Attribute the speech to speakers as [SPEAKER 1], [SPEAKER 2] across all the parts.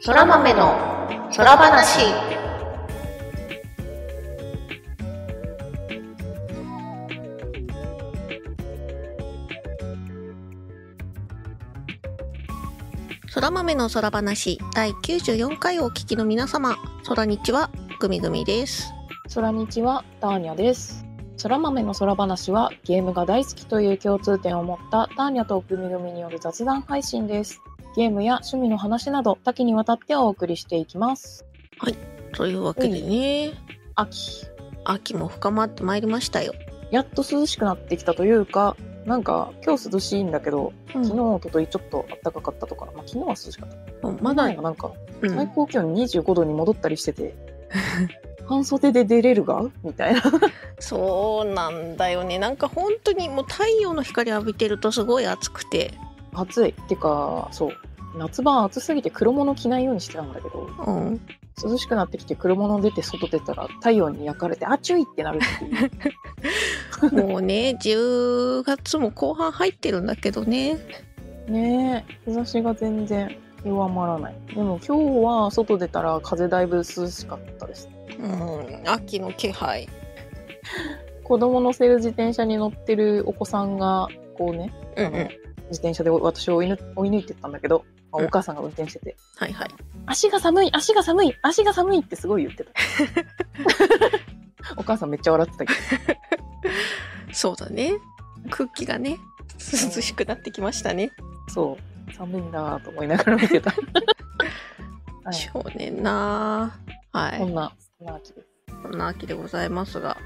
[SPEAKER 1] そら豆の空話。そら豆の空話第94回をお聞きの皆様、空にちはぐみぐみです。
[SPEAKER 2] 空日はターニャです。空豆の空話はゲームが大好きという共通点を持ったターニャとグミグミによる雑談配信です。ゲームや趣味の話など多岐にわたってお送りしていきます。
[SPEAKER 1] というわけでね、
[SPEAKER 2] 秋、
[SPEAKER 1] 秋も深まってまいりましたよ。
[SPEAKER 2] やっと涼しくなってきたというか、なんか今日涼しいんだけど、
[SPEAKER 1] うん
[SPEAKER 2] 昨日、おとといちょっと暖かかったとか、まあ、昨日は涼しかった。
[SPEAKER 1] まだ、
[SPEAKER 2] なんか
[SPEAKER 1] う
[SPEAKER 2] 最
[SPEAKER 1] ん、
[SPEAKER 2] 高気温25度に戻ったりしてて、 半袖で出れるがみたいな。
[SPEAKER 1] そうなんだよね。なんか本当にもう太陽の光浴びてるとすごい暑くて、
[SPEAKER 2] 暑い。てか、そう。夏場暑すぎて黒物着ないようにしてたんだけど、
[SPEAKER 1] うん、
[SPEAKER 2] 涼しくなってきて黒物出て外出たら太陽に焼かれて、あちゅいってなる っていう。
[SPEAKER 1] もうね、10月も後半入ってるんだけどね。
[SPEAKER 2] ねえ、日差しが全然弱まらない。でも今日は外出たら風だいぶ涼しかったです。
[SPEAKER 1] うん、秋の気配。
[SPEAKER 2] 子供のせる自転車に乗ってるお子さんが、こうね、
[SPEAKER 1] うんうん。
[SPEAKER 2] 自転車で私を追いぬ追い抜いてったんだけど、まあ
[SPEAKER 1] うん
[SPEAKER 2] お母さんが運転してて、
[SPEAKER 1] はいはい。
[SPEAKER 2] 足が寒い足が寒い足が寒いってすごい言っ てたお母さんめっちゃ笑ってたけど
[SPEAKER 1] そうだね。空気がね、涼しくなってきましたね。
[SPEAKER 2] そう寒いんだと思いながら見て た、はい、
[SPEAKER 1] しょうねんな。は
[SPEAKER 2] こん
[SPEAKER 1] い。
[SPEAKER 2] なそんな秋です
[SPEAKER 1] こんな秋でございますが。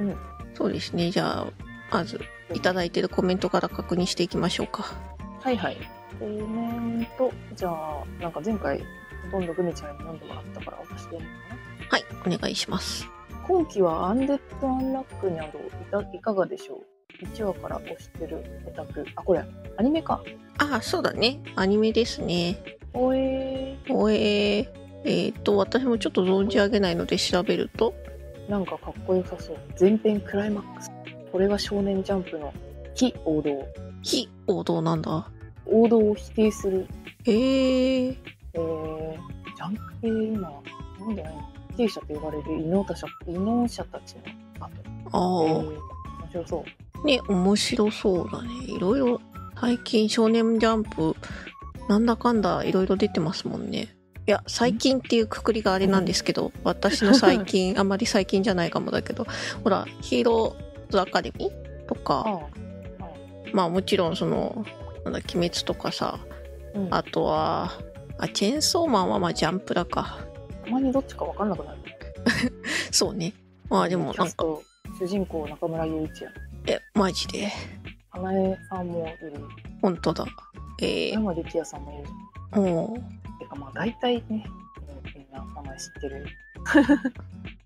[SPEAKER 2] うん
[SPEAKER 1] そうですね。じゃあ、まず、いただいてるコメントから確認していきましょうか。
[SPEAKER 2] はいはいコメントじゃあなんか前回ほとんどグミちゃんに飲んでもらったから私でいいのか
[SPEAKER 1] はい、お願いします。
[SPEAKER 2] な今期はアンデッド・アンラックなどいたいかがでしょう1話から推してるオタクあこれアニメか
[SPEAKER 1] ああ、そうだね。アニメですね。
[SPEAKER 2] おえ
[SPEAKER 1] おえー。えっ、と、私もちょっと存じ上げないので調べると、
[SPEAKER 2] ー、なんかかっこよさそう前編クライマックスこれが少年ジャンプの非王道
[SPEAKER 1] 非王道なんだ。
[SPEAKER 2] 王道を否定する、
[SPEAKER 1] へえ。
[SPEAKER 2] えー、ジャンク系今なんでないの否定者と呼ばれる異能他者異能者たちのあ
[SPEAKER 1] あ
[SPEAKER 2] と、え
[SPEAKER 1] あ
[SPEAKER 2] ー、。面白そう
[SPEAKER 1] ね、面白そうだね。いろいろ、最近少年ジャンプ、なんだかんだいろいろ出てますもんね。いや、最近っていうくくりがあれなんですけど、私の最近、あ まり最近じゃないかもだけど、ほら、ヒーローズアカデミーと
[SPEAKER 2] あ
[SPEAKER 1] か、
[SPEAKER 2] あ、
[SPEAKER 1] まあもちろんその、なんだ、鬼滅とかさ、
[SPEAKER 2] うん、
[SPEAKER 1] あとは、あ、チェーンソーマンはまあジャンプラか。
[SPEAKER 2] たまにどっちか分かんなくなる
[SPEAKER 1] そうね。まあでも
[SPEAKER 2] キャ
[SPEAKER 1] なん
[SPEAKER 2] ス
[SPEAKER 1] か、
[SPEAKER 2] ト主人公中村雄一や
[SPEAKER 1] え、マジで。
[SPEAKER 2] 花江さんもいる
[SPEAKER 1] 本当だ。えー、
[SPEAKER 2] 山力也さんもいる
[SPEAKER 1] もう、
[SPEAKER 2] てかまあ大体ねみんな名前知ってる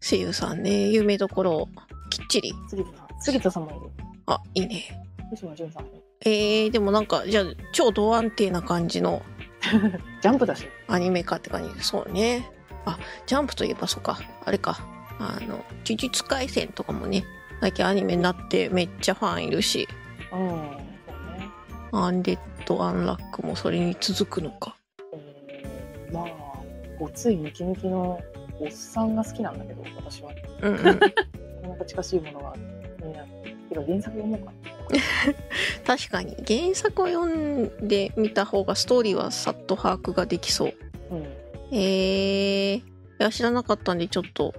[SPEAKER 1] 声優さんね、有名どころをきっちり。
[SPEAKER 2] 杉田さん杉田さんもいる
[SPEAKER 1] あ、いいね。
[SPEAKER 2] 福島淳さんもいる
[SPEAKER 1] えー、でもなんか、じゃあ、超度安定な感じの
[SPEAKER 2] ジャンプだし
[SPEAKER 1] アニメ化って感じ。そうね。あ、ジャンプといえばそうか。あれか。あの、呪術廻戦とかもね、最近アニメになってめっちゃファンいるし、
[SPEAKER 2] うんそうね
[SPEAKER 1] アンデッド・アンラックもそれに続くのか。
[SPEAKER 2] えーまあごついムキムキのおっさんが好きなんだけど私は
[SPEAKER 1] うんうん。
[SPEAKER 2] なかなか近しいものがみんなてか原作読もうかな
[SPEAKER 1] 確かに、原作を読んでみた方がストーリーはさっと把握ができそう。
[SPEAKER 2] うん
[SPEAKER 1] えー、いや知らなかったんでちょっと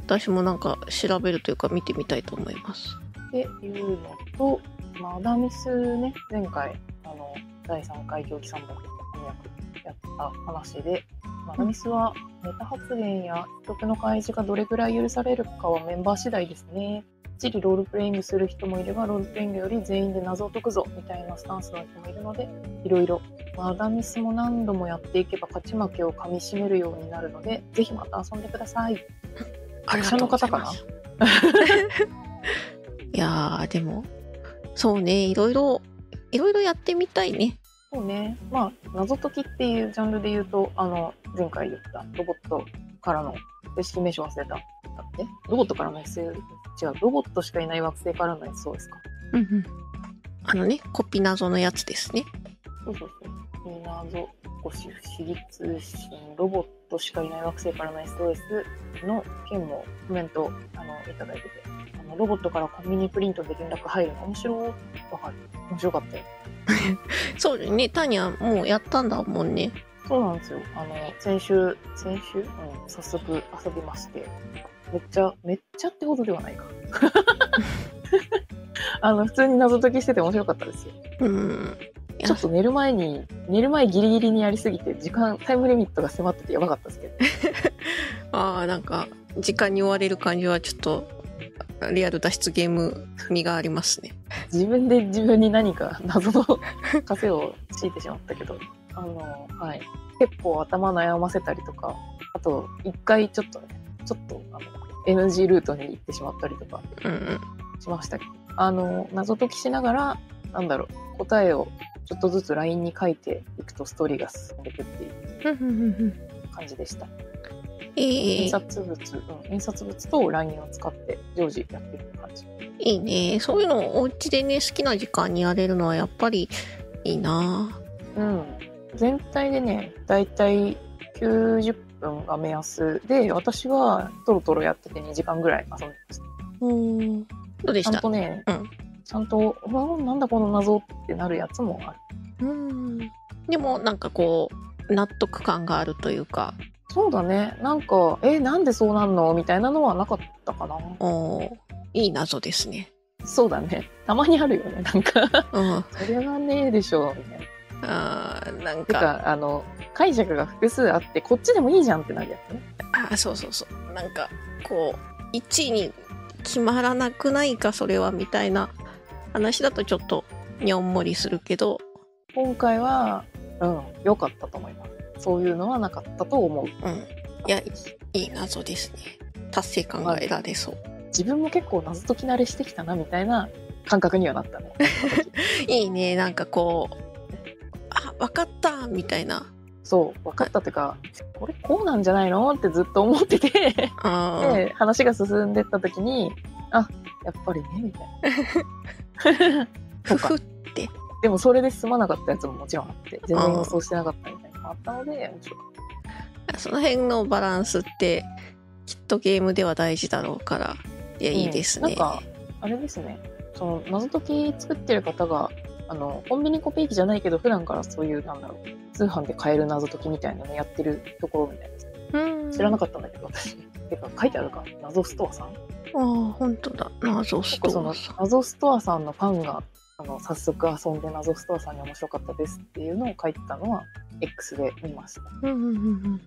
[SPEAKER 1] 私もなんか調べるというか見てみたいと思います
[SPEAKER 2] っていうのとマダミスね前回あの第3回狂気三本翻訳やった話でマダミスはネタ発言や曲の開示がどれぐらい許されるかはメンバー次第ですねきっちりロールプレイングする人もいればロールプレイングより全員で謎を解くぞみたいなスタンスの人もいるのでいろいろマダミスも何度もやっていけば勝ち負けを噛みしめるようになるのでぜひまた遊んでください
[SPEAKER 1] ありがとうございます いやーでもそうねいろいろいろいろやってみたいね
[SPEAKER 2] そうね。まあ、謎解きっていうジャンルで言うと、あの、前回言ったロボットからの正式名称忘れた。だってロボットからの SL、違う、ロボットしかいない惑星からの S そうですか。
[SPEAKER 1] うんうんあのねコピ謎のやつですね
[SPEAKER 2] そうそうそう。みんな謎、越、不思議通信、ロボットしかいない惑星からの SOS の件もコメントあのいただいててあの、ロボットからコンビニプリントで連絡入るの面白わかる。面白かったよ。
[SPEAKER 1] そうだよねタニアもうやったんだもんね
[SPEAKER 2] そうなんですよ。あの、先週、先週、うん、早速遊びまして、めっちゃ、めっちゃってほどではないか。あの、普通に謎解きしてて面白かったですよ。
[SPEAKER 1] うんいや
[SPEAKER 2] ちょっと寝る前に、寝る前ギリギリにやりすぎて、時間、タイムリミットが迫っててやばかったですけど。
[SPEAKER 1] ああなんか時間に追われる感じはちょっとリアル脱出ゲーム味がありますね
[SPEAKER 2] 自分で自分に何か謎の枷を強いてしまったけど、あの、はい。結構頭悩ませたりとか、あと、一回ちょっとね、ちょっと、あの、NG ルートに行ってしまったりとか
[SPEAKER 1] うんうん
[SPEAKER 2] しましたけど、あの、謎解きしながら、なんだろう、答えをちょっとずつ LINE に書いていくとストーリーが進んでいくっていう感じでした。
[SPEAKER 1] え
[SPEAKER 2] 印
[SPEAKER 1] え
[SPEAKER 2] 刷物、うん、印刷物と LINE を使って常時やってる感じ。
[SPEAKER 1] いいねそういうのをお家でね好きな時間にやれるのはやっぱりいいな
[SPEAKER 2] うん、全体でねだいたい90分が目安で私はトロトロやってて2時間ぐらい遊んでまし
[SPEAKER 1] うんどうでし
[SPEAKER 2] たちゃん
[SPEAKER 1] た
[SPEAKER 2] とね、
[SPEAKER 1] うん
[SPEAKER 2] ちゃんと「おなんだこの謎」ってなるやつもある
[SPEAKER 1] うんでもなんかこう納得感があるというか
[SPEAKER 2] そうだねなんか「えなんでそうなんの?」みたいなのはなかったかな
[SPEAKER 1] おーいい謎ですね
[SPEAKER 2] そうだねたまにあるよねなんか
[SPEAKER 1] うん
[SPEAKER 2] それはねえでしょみたいな
[SPEAKER 1] あーなん
[SPEAKER 2] て
[SPEAKER 1] か
[SPEAKER 2] かあの解釈が複数あってこっちでもいいじゃんってなるやつね
[SPEAKER 1] あそうそうそうなんかこう1位に決まらなくないかそれはみたいな話だとちょっとにょんもりするけど
[SPEAKER 2] 今回はうん良かったと思いますそういうのはなかったと思う
[SPEAKER 1] うんいやいいい謎ですね達成感が得られそう、
[SPEAKER 2] 自分も結構謎解き慣れしてきたなみたいな感覚にはなったね。
[SPEAKER 1] い、いねなんかこうあ分かったみたいな
[SPEAKER 2] そう分かったってかこれこうなんじゃないのってずっと思ってて
[SPEAKER 1] あー
[SPEAKER 2] で話が進んでった時にあやっぱりねみたいな。そ
[SPEAKER 1] ふ
[SPEAKER 2] うか
[SPEAKER 1] ふ
[SPEAKER 2] でもそれで済まなかったやつももちろんあって全然予想してなかったみたいなのもあったので面白かっ
[SPEAKER 1] その辺のバランスってきっとゲームでは大事だろうからいや
[SPEAKER 2] た
[SPEAKER 1] いいです
[SPEAKER 2] う
[SPEAKER 1] ね、
[SPEAKER 2] んなんかあれですねその謎解き作ってる方があのコンビニコピー機じゃないけど普段からそういうなんだろう通販で買える謎解きみたいなのやってるところみたいな知らな
[SPEAKER 1] かっ
[SPEAKER 2] かったんだけど私 てか書いてあるか謎ストアさん
[SPEAKER 1] たああ本当だ謎ス
[SPEAKER 2] 結構そ
[SPEAKER 1] ト
[SPEAKER 2] の
[SPEAKER 1] アさん
[SPEAKER 2] 謎ストアさんのファンがあの早速遊んで謎ストアさんに面白かったですっていうのを書いてたのは X で見ました
[SPEAKER 1] うんうんうん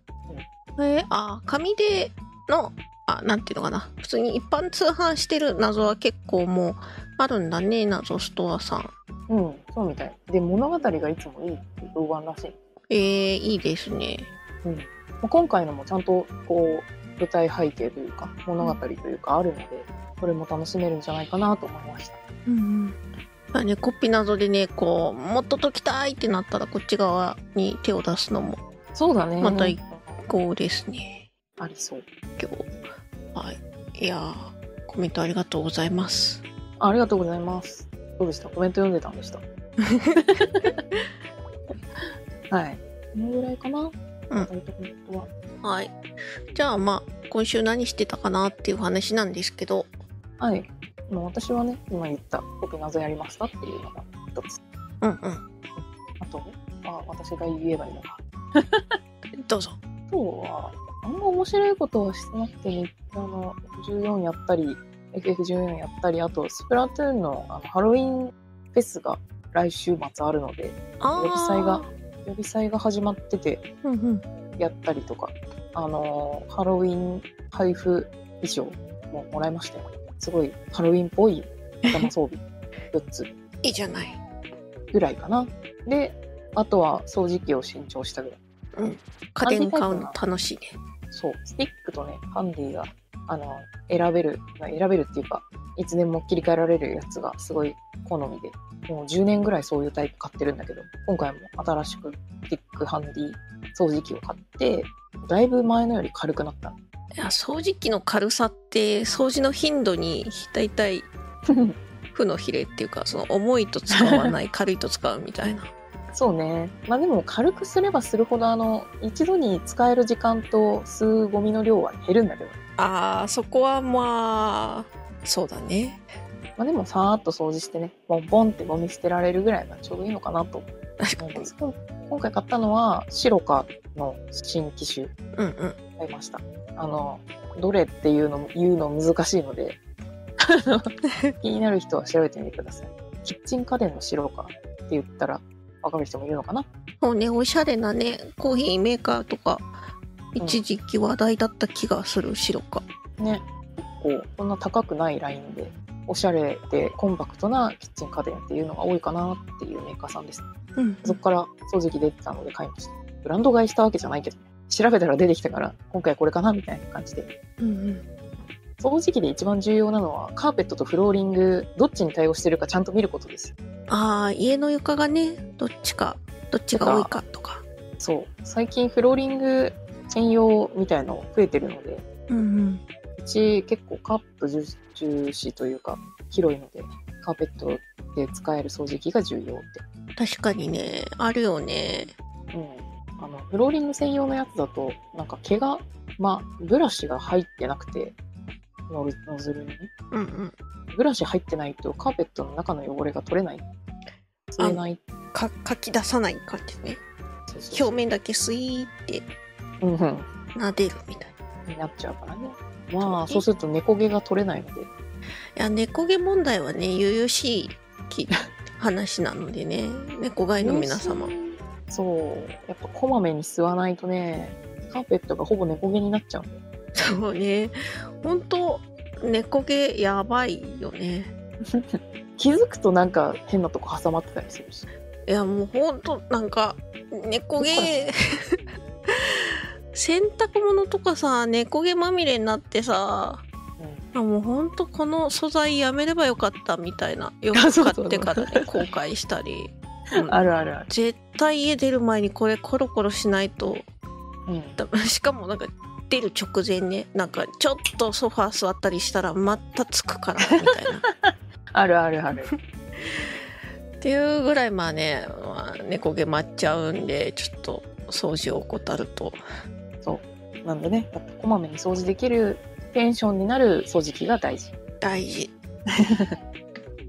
[SPEAKER 1] うん。えーあ紙でのあなんていうのかな普通に一般通販してる謎は結構もうあるんだね謎ストアさん。
[SPEAKER 2] うんそうみたいで物語がいつもいいっていう評判らしい、
[SPEAKER 1] えー、いいですね。
[SPEAKER 2] うんまあ、今回のもちゃんとこう舞台背景というか物語というかあるのでこれも楽しめるんじゃないかなと思いました
[SPEAKER 1] うん、うん。ねコピ謎でねこうもっと解きたいってなったらこっち側に手を出すのも
[SPEAKER 2] そうだね
[SPEAKER 1] また
[SPEAKER 2] なんか
[SPEAKER 1] こうですね
[SPEAKER 2] ありそう
[SPEAKER 1] 今日。はい。いやーコメントありがとうございます。
[SPEAKER 2] あありがとうございますどうでしたコメント読んでたんでしたはいこのぐらいかな
[SPEAKER 1] うん
[SPEAKER 2] コメントコメントは
[SPEAKER 1] はい。じゃあまあ今週何してたかなっていう話なんですけど。
[SPEAKER 2] はい。まあ私はね、今言った、コピ謎やりましたっていうのが一つ。
[SPEAKER 1] うんうん。
[SPEAKER 2] あと、まあ、私が言えばいいのか。
[SPEAKER 1] どうぞ。
[SPEAKER 2] あとは、あんま面白いことはしてなくて、日あの、F14 やったり、FF14 やったり、あと、スプラトゥーンのあのハロウィンフェスが来週末あるので、
[SPEAKER 1] あー
[SPEAKER 2] 予備祭が。予備祭が始まってて、
[SPEAKER 1] うんうん。
[SPEAKER 2] やったりとか、あのーハロウィン配布衣装ももらいましたよ。すごいハロウィンっぽい頭装備4つ
[SPEAKER 1] いいじゃない。
[SPEAKER 2] ぐらいかな。で、あとは掃除機を新調したぐらい。
[SPEAKER 1] 家電買うの楽しいね。
[SPEAKER 2] そう、スティックとね、ハンディが、あの、選べる、まあ選べるっていうか、いつでも切り替えられるやつがすごい好みで、もう10年ぐらいそういうタイプ買ってるんだけど、今回も新しくスティック、ハンディ、掃除機を買って、だいぶ前のより軽くなった。
[SPEAKER 1] いや掃除機の軽さって掃除の頻度に大体負の比例っていうかその重いと使わない軽いと使うみたいな。
[SPEAKER 2] そうねまあでも軽くすればするほどあの一度に使える時間と吸うゴミの量は減るんだけど
[SPEAKER 1] ああそこはまあそうだね
[SPEAKER 2] まあでもさーっと掃除してねボンボンってゴミ捨てられるぐらいがちょうどいいのかなと思
[SPEAKER 1] 確
[SPEAKER 2] う
[SPEAKER 1] か
[SPEAKER 2] んで
[SPEAKER 1] に
[SPEAKER 2] すけど今回買ったのはシロカの新機種
[SPEAKER 1] うんうん
[SPEAKER 2] 買いましたあのどれっていうの言うの難しいので気になる人は調べてみてくださいキッチン家電のシロカって言ったら分かる人もいるのかな
[SPEAKER 1] そうねおしゃれなねコーヒーメーカーとか
[SPEAKER 2] うん
[SPEAKER 1] 一時期話題だった気がする白か
[SPEAKER 2] ね結構そんな高くないラインでおしゃれでコンパクトなキッチン家電っていうのが多いかなっていうメーカーさんです
[SPEAKER 1] うん
[SPEAKER 2] そこから掃除機出てたので買いましたブランド買いしたわけじゃないけど調べたら出てきたから今回これかなみたいな感じで
[SPEAKER 1] うんうん
[SPEAKER 2] 掃除機で一番重要なのはカーペットとフローリングどっちに対応してるかちゃんと見ることです
[SPEAKER 1] ああ家の床がねどっちかどっちが多いかとか
[SPEAKER 2] そう最近フローリング専用みたいの増えてるので
[SPEAKER 1] うんうん
[SPEAKER 2] うち結構カーペット重重視というか広いのでカーペットで使える掃除機が重要って
[SPEAKER 1] 確かにねあるよね
[SPEAKER 2] うん、あのフローリング専用のやつだとなんか毛が、まあ、ブラシが入ってなくてノズノズルにね
[SPEAKER 1] うんうん
[SPEAKER 2] ブラシ入ってないとカーペットの中の汚れが取れない吸えない
[SPEAKER 1] かかき出さない感じね
[SPEAKER 2] そうそうそう
[SPEAKER 1] 表面だけスイーって
[SPEAKER 2] うんうん
[SPEAKER 1] 撫でるみたいな
[SPEAKER 2] になっちゃうからねまあそうすると猫毛が取れないので
[SPEAKER 1] いや猫毛問題はね悠々しいき話なのでね猫飼いの皆様
[SPEAKER 2] そうやっぱこまめに吸わないとねカーペットがほぼ猫毛になっちゃうんだよ
[SPEAKER 1] そうね本当猫毛やばいよね
[SPEAKER 2] 気づくとなんか変なとこ挟まってたりするし
[SPEAKER 1] いやもう本当なんか猫毛 洗濯物とかさ猫毛まみれになってさあもう本当この素材やめればよかったみたい なよく買ってからね後悔したり、うん
[SPEAKER 2] あるあるある、
[SPEAKER 1] 絶対家出る前にこれコロコロしないと
[SPEAKER 2] うん、
[SPEAKER 1] 多分 しかもなんか出る直前ねなんかちょっとソファー座ったりしたらまたつくからみたいな
[SPEAKER 2] あるあるある
[SPEAKER 1] っていうぐらいまあね、まあ、猫毛待っちゃうんでちょっと掃除を怠ると
[SPEAKER 2] なんでね、やっぱこまめに掃除できるテンションになる掃除機が大事。
[SPEAKER 1] 大事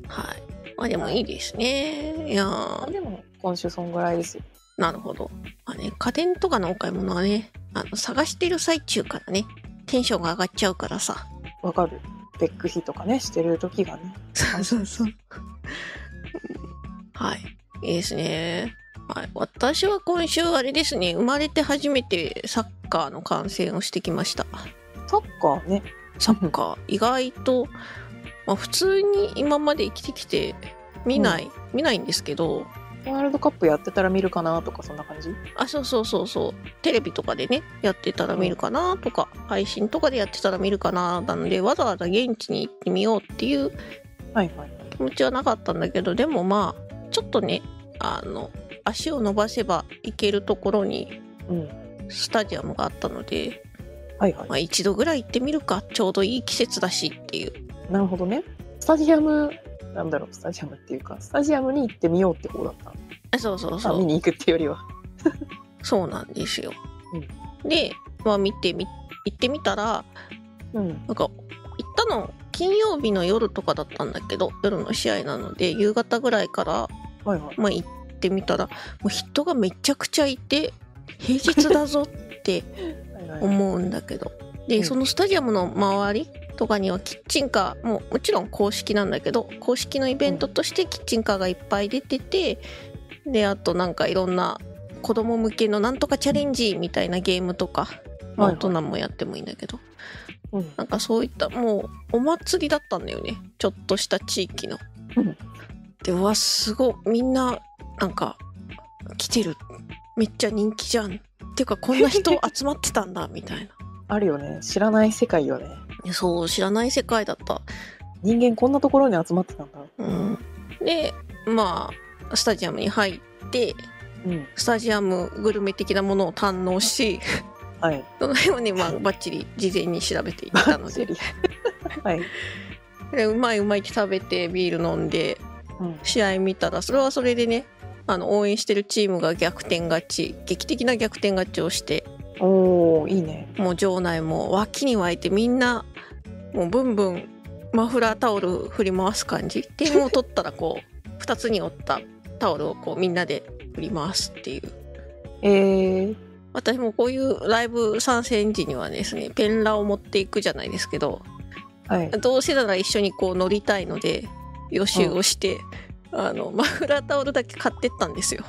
[SPEAKER 1] はいまあでもいいですねいやー
[SPEAKER 2] でも今週そんぐらいですよ。
[SPEAKER 1] なるほど、まあね、家電とかのお買い物はねあの探してる最中からねテンションが上がっちゃうからさ
[SPEAKER 2] わかる。ベック費とかね、してる時がね。
[SPEAKER 1] そうそうそう。はい。いいですね。はい。私は今週、あれですね、生まれて初めてサッカーの観戦をしてきました。
[SPEAKER 2] サッカーね。
[SPEAKER 1] サッカー、意外と、まあ、普通に今まで生きてきて見ない、見ないんですけど、
[SPEAKER 2] ワールドカップやってたら見るかなとかそんな感じ
[SPEAKER 1] あ、そうそうそうそう、テレビとかでね、やってたら見るかなとか、配信とかでやってたら見るかななので、わざわざ現地に行ってみようっていう
[SPEAKER 2] はいはいはい。
[SPEAKER 1] 気持ちはなかったんだけどでもまあちょっとねあの足を伸ばせば行けるところに
[SPEAKER 2] うん。
[SPEAKER 1] スタジアムがあったので、
[SPEAKER 2] はいは
[SPEAKER 1] まあ、一度ぐらい行ってみるかちょうどいい季節だしっていう
[SPEAKER 2] い。なるほどね。スタジアム、なんだろう、スタジアムっていうか、スタジアムに行ってみようって方だったの
[SPEAKER 1] あそうそう
[SPEAKER 2] さあ
[SPEAKER 1] そ
[SPEAKER 2] 見
[SPEAKER 1] う
[SPEAKER 2] に行くっていうよりは。
[SPEAKER 1] そうなんですよ、で、まあ、見てみ行ってみたら
[SPEAKER 2] うん。
[SPEAKER 1] なんか行ったの金曜日の夜とかだったんだけど夜の試合なので夕方ぐらいから、
[SPEAKER 2] はいはい。
[SPEAKER 1] まあ、行ってみたらもう人がめちゃくちゃいて平日だぞって
[SPEAKER 2] はいはい
[SPEAKER 1] 思うんだけどで、
[SPEAKER 2] うん
[SPEAKER 1] そのスタジアムの周りとかにはキッチンカーももちろん公式なんだけど公式のイベントとしてキッチンカーがいっぱい出ててであとなんかいろんな子供向けのなんとかチャレンジみたいなゲームとか、まあ大
[SPEAKER 2] はいはい
[SPEAKER 1] 人もやってもいいんだけど、
[SPEAKER 2] うん
[SPEAKER 1] なんかそういったもうお祭りだったんだよねちょっとした地域の。
[SPEAKER 2] うん
[SPEAKER 1] でうわすごいみんななんか来てるめっちゃ人気じゃんっていうかこんな人集まってたんだみたいな。
[SPEAKER 2] あるよね。知らない世界よね。
[SPEAKER 1] そう知らない世界だった。
[SPEAKER 2] 人間こんなところに集まってたんだ。
[SPEAKER 1] うん、でまあスタジアムに入って
[SPEAKER 2] うん。
[SPEAKER 1] スタジアムグルメ的なものを堪能し
[SPEAKER 2] はい。
[SPEAKER 1] その辺をね、まあ、バッチリ事前に調べていった ので
[SPEAKER 2] はい。
[SPEAKER 1] でうまいうまいって食べてビール飲んで
[SPEAKER 2] うん
[SPEAKER 1] 試合見たらそれはそれでねあの応援してるチームが逆転勝ち劇的な逆転勝ちをして
[SPEAKER 2] おおいいね。
[SPEAKER 1] もう場内も湧きに湧いてみんなもうブンブンマフラータオル振り回す感じ点を取ったらこう2つに折ったタオルをこうみんなで振り回すっていう
[SPEAKER 2] えー、
[SPEAKER 1] 私もこういうライブ参戦時にはですねペンラを持っていくじゃないですけど
[SPEAKER 2] はい。
[SPEAKER 1] どうせなら一緒にこう乗りたいので予習をして、あのマフラータオルだけ買ってったんですよ。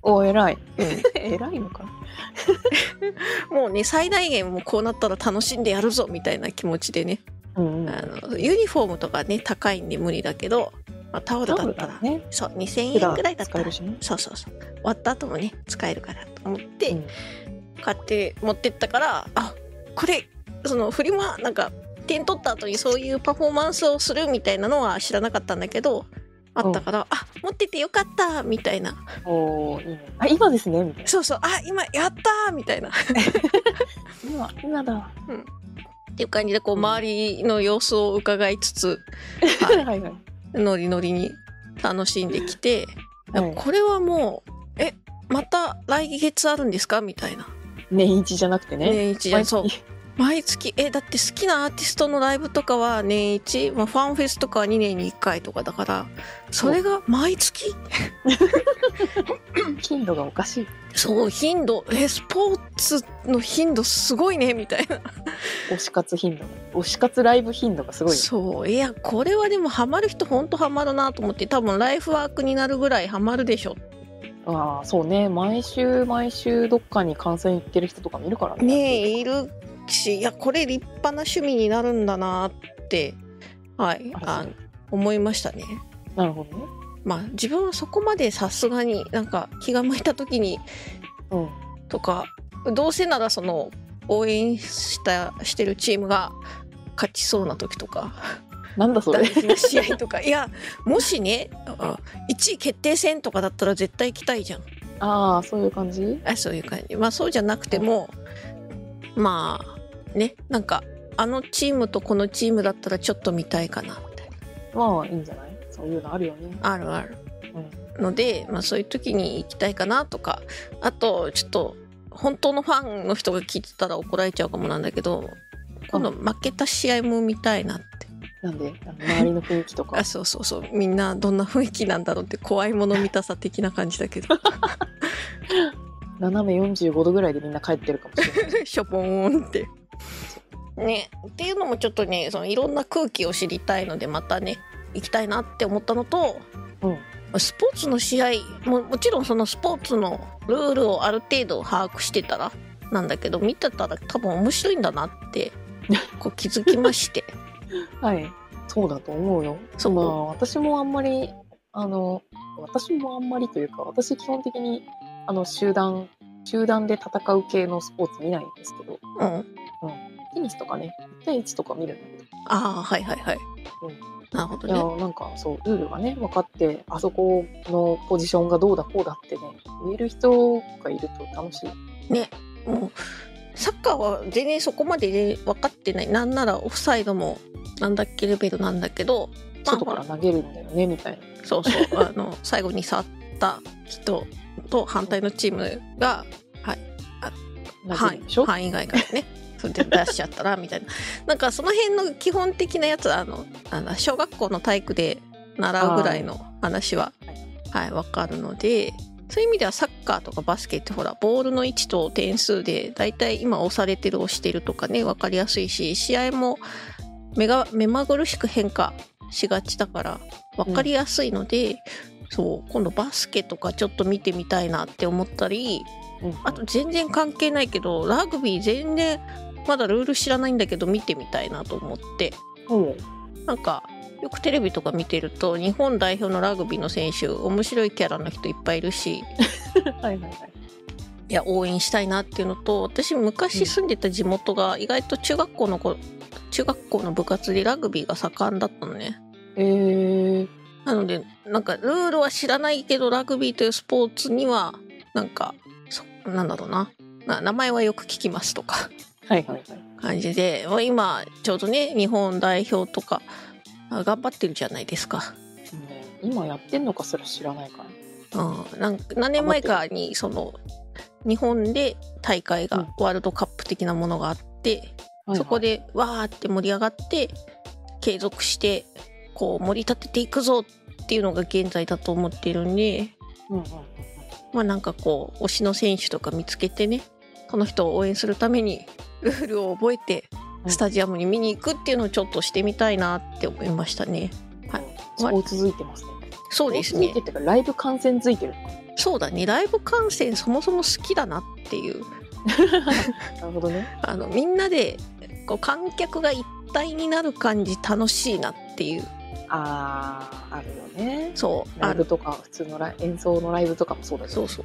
[SPEAKER 2] お偉い。 偉いのかな。
[SPEAKER 1] もうね最大限もうこうなったら楽しんでやるぞみたいな気持ちでね
[SPEAKER 2] うんうん。
[SPEAKER 1] あのユニフォームとかね高いんで無理だけど、まあ、タオルだったら、
[SPEAKER 2] ね。
[SPEAKER 1] そう2,000円ぐらいだった
[SPEAKER 2] 使え
[SPEAKER 1] ら
[SPEAKER 2] るしね。
[SPEAKER 1] そうそうそう終わった後もね使えるからと思って、
[SPEAKER 2] うん
[SPEAKER 1] 買って持ってったからあこれそのフリマなんか点取った後にそういうパフォーマンスをするみたいなのは知らなかったんだけどあったから、あ持っててよかったみたいな
[SPEAKER 2] おおいいね。あ今ですねみたいな。
[SPEAKER 1] そうそうあ今やったみたいなっ
[SPEAKER 2] 今今 だ。
[SPEAKER 1] ていう感じでこう
[SPEAKER 2] うん
[SPEAKER 1] 周りの様子を伺いつ つ
[SPEAKER 2] はいはいはい。
[SPEAKER 1] ノリノリに楽しんできて、
[SPEAKER 2] はい
[SPEAKER 1] これはもうえまた来月あるんですかみたいな
[SPEAKER 2] 年一じゃなくてね。
[SPEAKER 1] 年一じゃんそう毎月えだって好きなアーティストのライブとかは年一、まあ、ファンフェスとかは2年に1回とかだからそれが毎月
[SPEAKER 2] 頻度がおかしい。
[SPEAKER 1] そう頻度えスポーツの頻度すごいねみたいな
[SPEAKER 2] 推し活頻度が。推し活ライブ頻度がすごいね。
[SPEAKER 1] そういやこれはでもハマる人ほんとハマるなと思って多分ライフワークになるぐらいハマるでしょ
[SPEAKER 2] ああそうね毎週毎週どっかに観戦行ってる人とかもいるからね
[SPEAKER 1] ねえいるしいやこれ立派な趣味になるんだなってはい
[SPEAKER 2] あれ
[SPEAKER 1] あ思いましたね
[SPEAKER 2] なるほどね
[SPEAKER 1] まあ自分はそこまでさすがになんか気が向いた時に
[SPEAKER 2] うん
[SPEAKER 1] とかどうせならその応援したしてるチームが勝ちそうな時とか
[SPEAKER 2] なんだそ
[SPEAKER 1] 大
[SPEAKER 2] れ
[SPEAKER 1] 事な試合とかいやもしねあ1位決定戦とかだったら絶対行きたいじゃん
[SPEAKER 2] ああそういう感じ
[SPEAKER 1] あそういう感じまあそうじゃなくてもまあねなんかあのチームとこのチームだったらちょっと見たいかなみたい
[SPEAKER 2] まあいいんじゃないそういうのあるよね
[SPEAKER 1] なあるあるので、まあ、そういう時に行きたいかなとかあとちょっと本当のファンの人が聞いてたら怒られちゃうかもなんだけど今度負けた試合も見たいなって、
[SPEAKER 2] なんであの周りの雰囲気とか
[SPEAKER 1] あそうそうそうみんなどんな雰囲気なんだろうって怖いもの見たさ的な感じだけど
[SPEAKER 2] 斜め45度ぐらいでみんな帰ってるかもし れない
[SPEAKER 1] しょぼーんって。ね、っていうのもちょっとねそのいろんな空気を知りたいのでまたね行きたいなって思ったのと
[SPEAKER 2] うん
[SPEAKER 1] スポーツの試合ももちろんそのスポーツのルールをある程度把握してたらなんだけど見てたら多分面白いんだな ってこう気づきまして
[SPEAKER 2] はいそうだと思うよ
[SPEAKER 1] そう
[SPEAKER 2] まあ私もあんまりあの私もあんまりというか私基本的にあの集団集団で戦う系のスポーツ見ないんですけど
[SPEAKER 1] うんあ
[SPEAKER 2] テニスとかね1対1とか見るんだけど
[SPEAKER 1] あーはいはいはい、
[SPEAKER 2] うん
[SPEAKER 1] なるほど
[SPEAKER 2] いや
[SPEAKER 1] ね
[SPEAKER 2] なんかそうルールがね分かってあそこのポジションがどうだこうだってね言える人がいると楽しい
[SPEAKER 1] もうサッカーは全然そこまで、ね、分かってないなんならオフサイドもなんだっけレベルなんだけどまあ
[SPEAKER 2] 外から投げるんだよねみたい
[SPEAKER 1] そうそうあの最後に触った人と反対のチームが範
[SPEAKER 2] な投げるんでし
[SPEAKER 1] 囲
[SPEAKER 2] ょ、
[SPEAKER 1] 範囲外から ねそれで出しちゃったらみたいななんかその辺の基本的なやつはあのあの小学校の体育で習うぐらいの話ははいわかるのでそういう意味ではサッカーとかバスケってほらボールの位置と点数でだいたい今押されてる押してるとかね分かりやすいし試合も目が目まぐるしく変化しがちだから分かりやすいので、そう今度バスケとかちょっと見てみたいなって思ったり
[SPEAKER 2] うん
[SPEAKER 1] あと全然関係ないけどラグビー全然まだルール知らないんだけど見てみたいなと思って
[SPEAKER 2] うん
[SPEAKER 1] なんかよくテレビとか見てると日本代表のラグビーの選手面白いキャラの人いっぱいいるし
[SPEAKER 2] はいはいはい
[SPEAKER 1] いや応援したいなっていうのと私昔住んでた地元が意外と中学校の子中学校の部活でラグビーが盛んだったのね
[SPEAKER 2] えー、
[SPEAKER 1] なのでなんかルールは知らないけどラグビーというスポーツにはなんかそなんだろうなな名前はよく聞きますとか
[SPEAKER 2] はいはいはい
[SPEAKER 1] 感じでまあ今ちょうどね日本代表とかあ頑張ってるじゃないですか
[SPEAKER 2] もう今やってんのかすら知らないから
[SPEAKER 1] あーなんか何年前かにその日本で大会
[SPEAKER 2] う
[SPEAKER 1] が
[SPEAKER 2] ん
[SPEAKER 1] ワールドカップ的なものがあって、
[SPEAKER 2] はいはい
[SPEAKER 1] そこでわーって盛り上がって継続してこう盛り立てていくぞっていうのが現在だと思ってるんで
[SPEAKER 2] うんうんうん
[SPEAKER 1] まあなんかこう推しの選手とか見つけてねこの人を応援するためにルールを覚えて
[SPEAKER 2] うん
[SPEAKER 1] スタジアムに見に行くっていうのをちょっとしてみたいなって思いましたね。はい
[SPEAKER 2] スポーツづいてますね。
[SPEAKER 1] そうですね
[SPEAKER 2] スポーツづいてっていうかライブ観戦づいてる。
[SPEAKER 1] そうだねライブ観戦そもそも好きだなっていう
[SPEAKER 2] なるほどね。
[SPEAKER 1] あのみんなでこう観客が一体になる感じ楽しいなっていう
[SPEAKER 2] あああるよね。
[SPEAKER 1] そう
[SPEAKER 2] ラ
[SPEAKER 1] あ
[SPEAKER 2] イ
[SPEAKER 1] の
[SPEAKER 2] ブとか普通のライ演奏のライブとかもそうだけど。
[SPEAKER 1] そうそう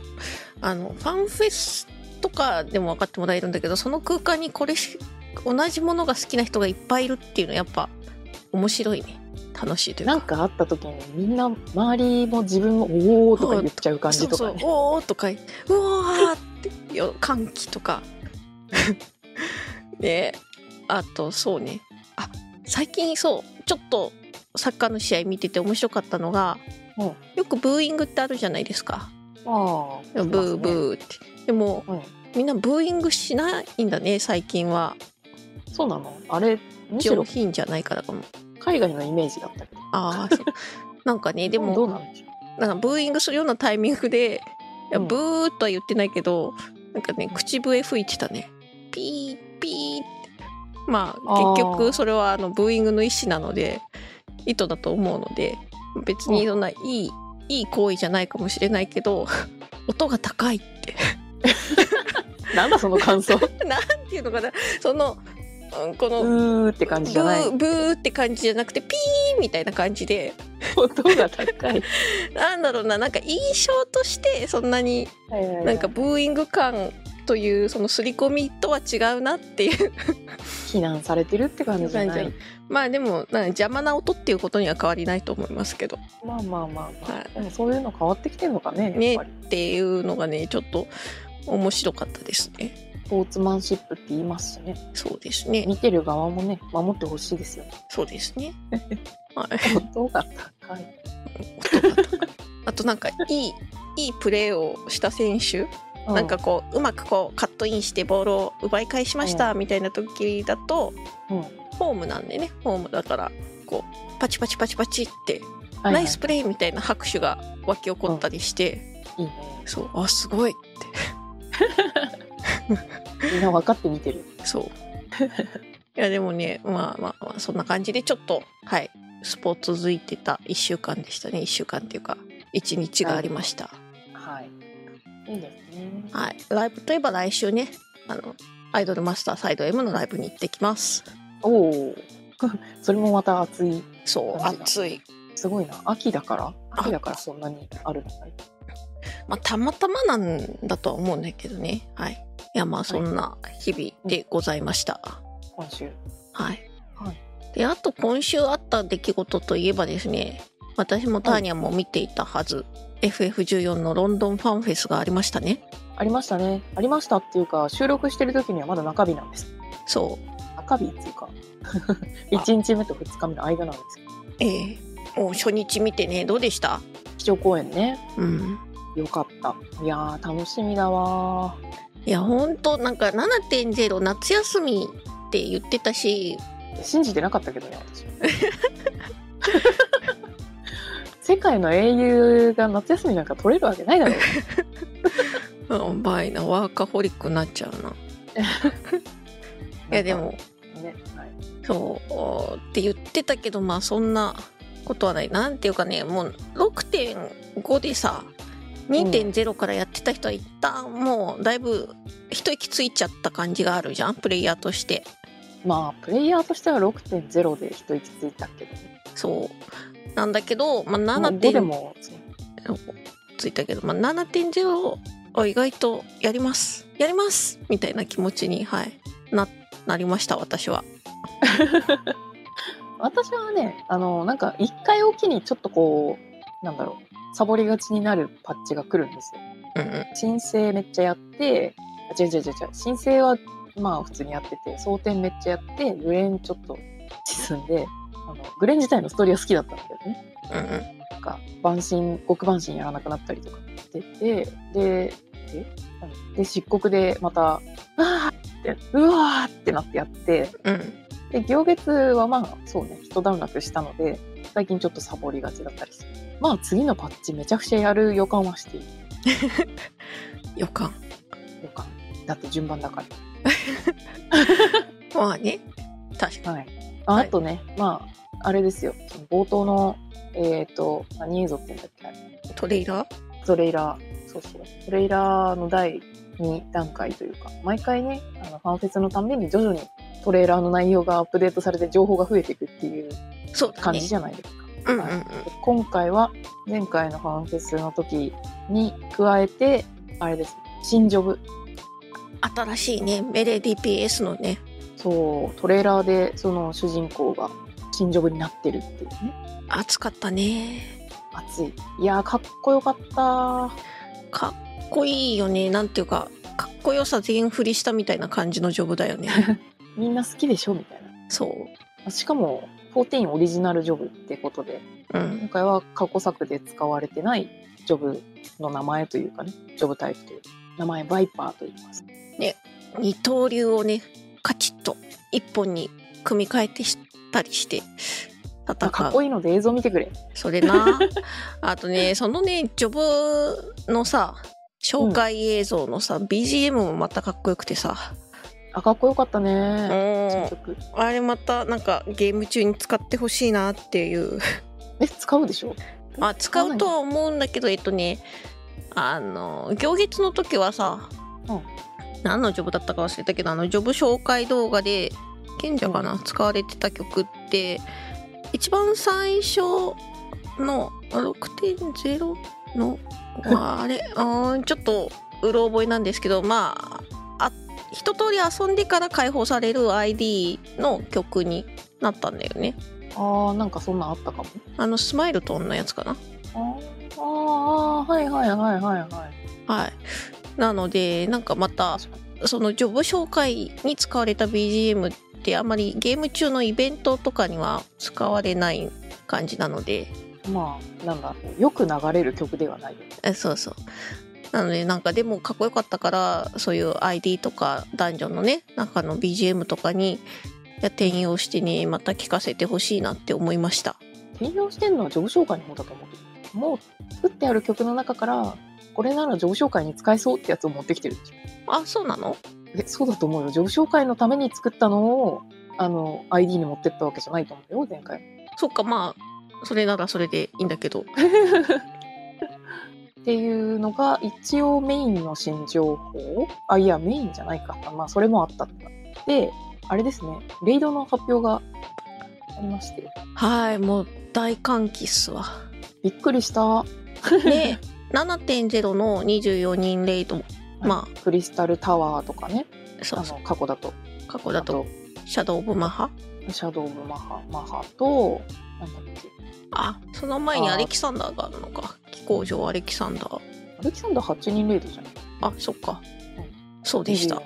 [SPEAKER 1] あのファンフェスとかでも分かってもらえるんだけどその空間にこれし同じものが好きな人がいっぱいいるっていうのはやっぱ面白いね楽しいというか
[SPEAKER 2] なんかあった時にみんな周りも自分もおおとか言っちゃう感じとか
[SPEAKER 1] そう
[SPEAKER 2] ね。
[SPEAKER 1] そうおーおーとかうわーってよ歓喜とか ねあとそうねあ最近そうちょっとサッカーの試合見てて面白かったのが
[SPEAKER 2] うん
[SPEAKER 1] よくブーイングってあるじゃないですか
[SPEAKER 2] あ
[SPEAKER 1] ブ
[SPEAKER 2] あ。
[SPEAKER 1] ーブーってでも
[SPEAKER 2] ー。うん。
[SPEAKER 1] みんなブーイングしないんだね最近は
[SPEAKER 2] そうなの。あれむし
[SPEAKER 1] 上
[SPEAKER 2] ろ
[SPEAKER 1] 品じゃないからかも
[SPEAKER 2] 海外のイメージだったけど。
[SPEAKER 1] あ あなんかねでも
[SPEAKER 2] どうなんでしょう。
[SPEAKER 1] なんかブーイングするようなタイミングで、いや
[SPEAKER 2] うん
[SPEAKER 1] ブーとは言ってないけど、なんかね、口笛吹いてたね。ピー、ピーって。まあ、
[SPEAKER 2] あー
[SPEAKER 1] 結局、それはあのブーイングの意思なので、意図だと思うので、別にそんないい、いい行為じゃないかもしれないけど、 音が高いって。
[SPEAKER 2] なんだその 感想。
[SPEAKER 1] なんていうのかな、その、うんこの、
[SPEAKER 2] うーって感
[SPEAKER 1] ブ
[SPEAKER 2] じじゃない。
[SPEAKER 1] ー、ブーって感じじゃなくて、ピーみたいな感じで、
[SPEAKER 2] 音が高い。
[SPEAKER 1] なんだろうな、なんか印象として、そんなになんかブーイング感というその刷り込みとは違うなっていう
[SPEAKER 2] 避難されてるって感じじゃ
[SPEAKER 1] 感
[SPEAKER 2] な
[SPEAKER 1] じじゃないい。まあでもなんか邪魔な音っていうことには変わりないと思いますけど
[SPEAKER 2] まあまあまあまあ、
[SPEAKER 1] はい
[SPEAKER 2] でもそういうの変わってきてるのかね
[SPEAKER 1] ね
[SPEAKER 2] やっぱり
[SPEAKER 1] っていうのがねちょっと面白かったですね
[SPEAKER 2] スポーツマンシップって言いますしね
[SPEAKER 1] そうですね
[SPEAKER 2] 見てる側もね守ってほしいです よね
[SPEAKER 1] そうですねはい
[SPEAKER 2] 音が高い
[SPEAKER 1] 音が高いあとなんかいいいいプレーをした選手、
[SPEAKER 2] う
[SPEAKER 1] なんかこううまくこうカットインしてボールを奪い返しましたみたいな時だと、
[SPEAKER 2] うん
[SPEAKER 1] ホームなんでねホームだからこうパチパチパチパチって
[SPEAKER 2] はいはい
[SPEAKER 1] ナイスプレーみたいな拍手が沸き起こったりして、
[SPEAKER 2] いいね
[SPEAKER 1] そうあすごいっ
[SPEAKER 2] みんな分かって見てる
[SPEAKER 1] てそう いやでもねまあまあまあそんな感じでちょっとはいスポーツづいてた1週間でしたね1週間っていうか1日がありました
[SPEAKER 2] はいいいですね
[SPEAKER 1] はいライブといえば来週ねあのアイドルマスターサイド M のライブに行ってきます
[SPEAKER 2] おお それもまた暑い
[SPEAKER 1] そう
[SPEAKER 2] マジだ
[SPEAKER 1] 暑い
[SPEAKER 2] すごいな秋だから
[SPEAKER 1] あ
[SPEAKER 2] 秋だからそんなにあるのかい
[SPEAKER 1] まあたまたまなんだとは思うんだけどねはいいやまあそんな日々でございました、
[SPEAKER 2] 今週
[SPEAKER 1] はい。
[SPEAKER 2] はい
[SPEAKER 1] で、あと今週あった出来事といえばですね、私もターニャも見ていたはず、FF14 のロンドンファンフェスがありましたね。
[SPEAKER 2] ありましたねありましたっていうか収録してる時にはまだ中日なんです
[SPEAKER 1] そう。
[SPEAKER 2] 中日っていうか 1日目と2日目の間なんですけど
[SPEAKER 1] ええもう初日見てね、どうでした
[SPEAKER 2] 基調公演ね
[SPEAKER 1] うん。
[SPEAKER 2] よかった。いやー、楽しみだわー。
[SPEAKER 1] いや、ほんと、なんか7.0夏休みって言ってたし、
[SPEAKER 2] 信じてなかったけどね、 私。世界の英雄が夏休みなんか取れるわけないだろう。
[SPEAKER 1] うん、バイな、ワーカホリックになっちゃうな。いや、でも、
[SPEAKER 2] ね、はい。
[SPEAKER 1] そうって言ってたけどまあそんなことはないなんていうかねもう6.5でさ2.0からやってた人は一旦もうだいぶ一息ついちゃった感じがあるじゃんプレイヤーとして
[SPEAKER 2] まあ、プレイヤーとしては6.0で一息ついたけどね。
[SPEAKER 1] そうなんだけど、まあ、
[SPEAKER 2] 5で
[SPEAKER 1] 7.0
[SPEAKER 2] も、そう
[SPEAKER 1] ついたけど、まあ、7.0は意外とやりますやりますみたいな気持ちに、はい、ななりました私は
[SPEAKER 2] 私はね、あの、なんか、一回おきにちょっとこう、なんだろう、サボりがちになるパッチが来るんですよ。
[SPEAKER 1] うんうん
[SPEAKER 2] 申請めっちゃやって、あ違う違う違う違う、申請はまあ普通にやってて、蒼天めっちゃやって、グレンちょっと進んで、あのグレン自体のストーリーは好きだったんだけどね。
[SPEAKER 1] うんうん
[SPEAKER 2] か晩神極晩神やらなくなったりとかしててでえ何で漆黒でまた「あーってうわーってなってやって
[SPEAKER 1] うん
[SPEAKER 2] で行月はまあそうね一段落したので最近ちょっとサボりがちだったりするまあ次のパッチめちゃくちゃやる予感はしている
[SPEAKER 1] 予感
[SPEAKER 2] 予感だって順番だから
[SPEAKER 1] まあね確か
[SPEAKER 2] はい、あ
[SPEAKER 1] はい
[SPEAKER 2] あとね、まああれですよその冒頭のえっ、と何映像って言うんだっけあれ
[SPEAKER 1] にトレーラー
[SPEAKER 2] トレーラーそうそうトレーラーの第2段階というか毎回ねあのファンフェスのために徐々にトレーラーの内容がアップデートされて情報が増えていくっていう
[SPEAKER 1] そうだ
[SPEAKER 2] 感
[SPEAKER 1] ね
[SPEAKER 2] じじゃないですか、
[SPEAKER 1] うんうんう
[SPEAKER 2] は
[SPEAKER 1] ん
[SPEAKER 2] い今回は前回のファンフェスの時に加えてあれです新ジョブ
[SPEAKER 1] 新しいねメレ DPS のね
[SPEAKER 2] そうトレーラーでその主人公が新ジョブになってるっていうね
[SPEAKER 1] 熱かったね
[SPEAKER 2] 熱いいやーかっこよかった
[SPEAKER 1] かっこいいよねなんていうかかっこよさ全振りしたみたいな感じのジョブだよね
[SPEAKER 2] みんな好きでしょみたい
[SPEAKER 1] そ
[SPEAKER 2] なしかも14オリジナルジョブってことで
[SPEAKER 1] うう
[SPEAKER 2] 今
[SPEAKER 1] ん
[SPEAKER 2] 回は過去作で使われてないジョブの名前というかねジョブタイプという名前バイパーと言います
[SPEAKER 1] 二刀流をねカチッと一本に組み替えてしたりして戦
[SPEAKER 2] あ
[SPEAKER 1] う
[SPEAKER 2] かっこいいので映像見てくれ
[SPEAKER 1] それなあとねそのねジョブのさ紹介映像のさ、BGM もまたかっこよくてさ、
[SPEAKER 2] あかっこよかった
[SPEAKER 1] う
[SPEAKER 2] ね
[SPEAKER 1] ん
[SPEAKER 2] 新、曲
[SPEAKER 1] あれまたなんかゲーム中に使ってほしいなっていう
[SPEAKER 2] え使うでしょ
[SPEAKER 1] あ使うとは思うんだけどえっとねあの行月の時はさ、
[SPEAKER 2] うん
[SPEAKER 1] 何のジョブだったか忘れたけどあのジョブ紹介動画で賢者かな、使われてた曲って一番最初のあ6.0の ああれうーんちょっとうろ覚えなんですけどまああ一通り遊んでから解放される ID の曲になったんだよね
[SPEAKER 2] あーなんかそんなんあったかも
[SPEAKER 1] あのスマイルトーンのやつかな
[SPEAKER 2] あーあーはいはいはいはいはい
[SPEAKER 1] はい。なので、なんかまた、
[SPEAKER 2] 確かに
[SPEAKER 1] そのジョブ紹介に使われた BGM ってあまりゲーム中のイベントとかには使われない感じなので、
[SPEAKER 2] まあなんだろうよく流れる曲ではないよね
[SPEAKER 1] えそうそう。なので、なんかでもかっこよかったから、そういう ID とかダンジョンのね、中の BGM とかに、いや転用してね、また聞かせてほしいなって思いました。
[SPEAKER 2] 転用してるのは上昇会の方だと思うけどもう作ってある曲の中からこれなら上昇会に使えそうってやつを持ってきてるんでしょ
[SPEAKER 1] あ、そうなの
[SPEAKER 2] えそうだと思うよ上昇会のために作ったのをあの ID に持ってったわけじゃないと思うよ前回
[SPEAKER 1] そっか、まあ、それならそれでいいんだけど。
[SPEAKER 2] っていうのが一応メインの新情報あいやメインじゃないかまあそれもあったんだであれですねレイドの発表がありまして
[SPEAKER 1] はい、もう大歓喜っすわ。
[SPEAKER 2] びっくりした
[SPEAKER 1] で7.0の24人レイドま
[SPEAKER 2] クリスタルタワーとかね
[SPEAKER 1] そ
[SPEAKER 2] あ
[SPEAKER 1] うそ
[SPEAKER 2] の過去だと
[SPEAKER 1] う過去だとシャドウ・オブ・マハ
[SPEAKER 2] シャドウ・オブ・マハ、マハと、なんだっけ、
[SPEAKER 1] あその前に
[SPEAKER 2] あー
[SPEAKER 1] アレキサンダーがあるのか飛行場アレキサンダー
[SPEAKER 2] アレキサンダー8人レイドじゃん。
[SPEAKER 1] あそっか
[SPEAKER 2] うん
[SPEAKER 1] そうでした。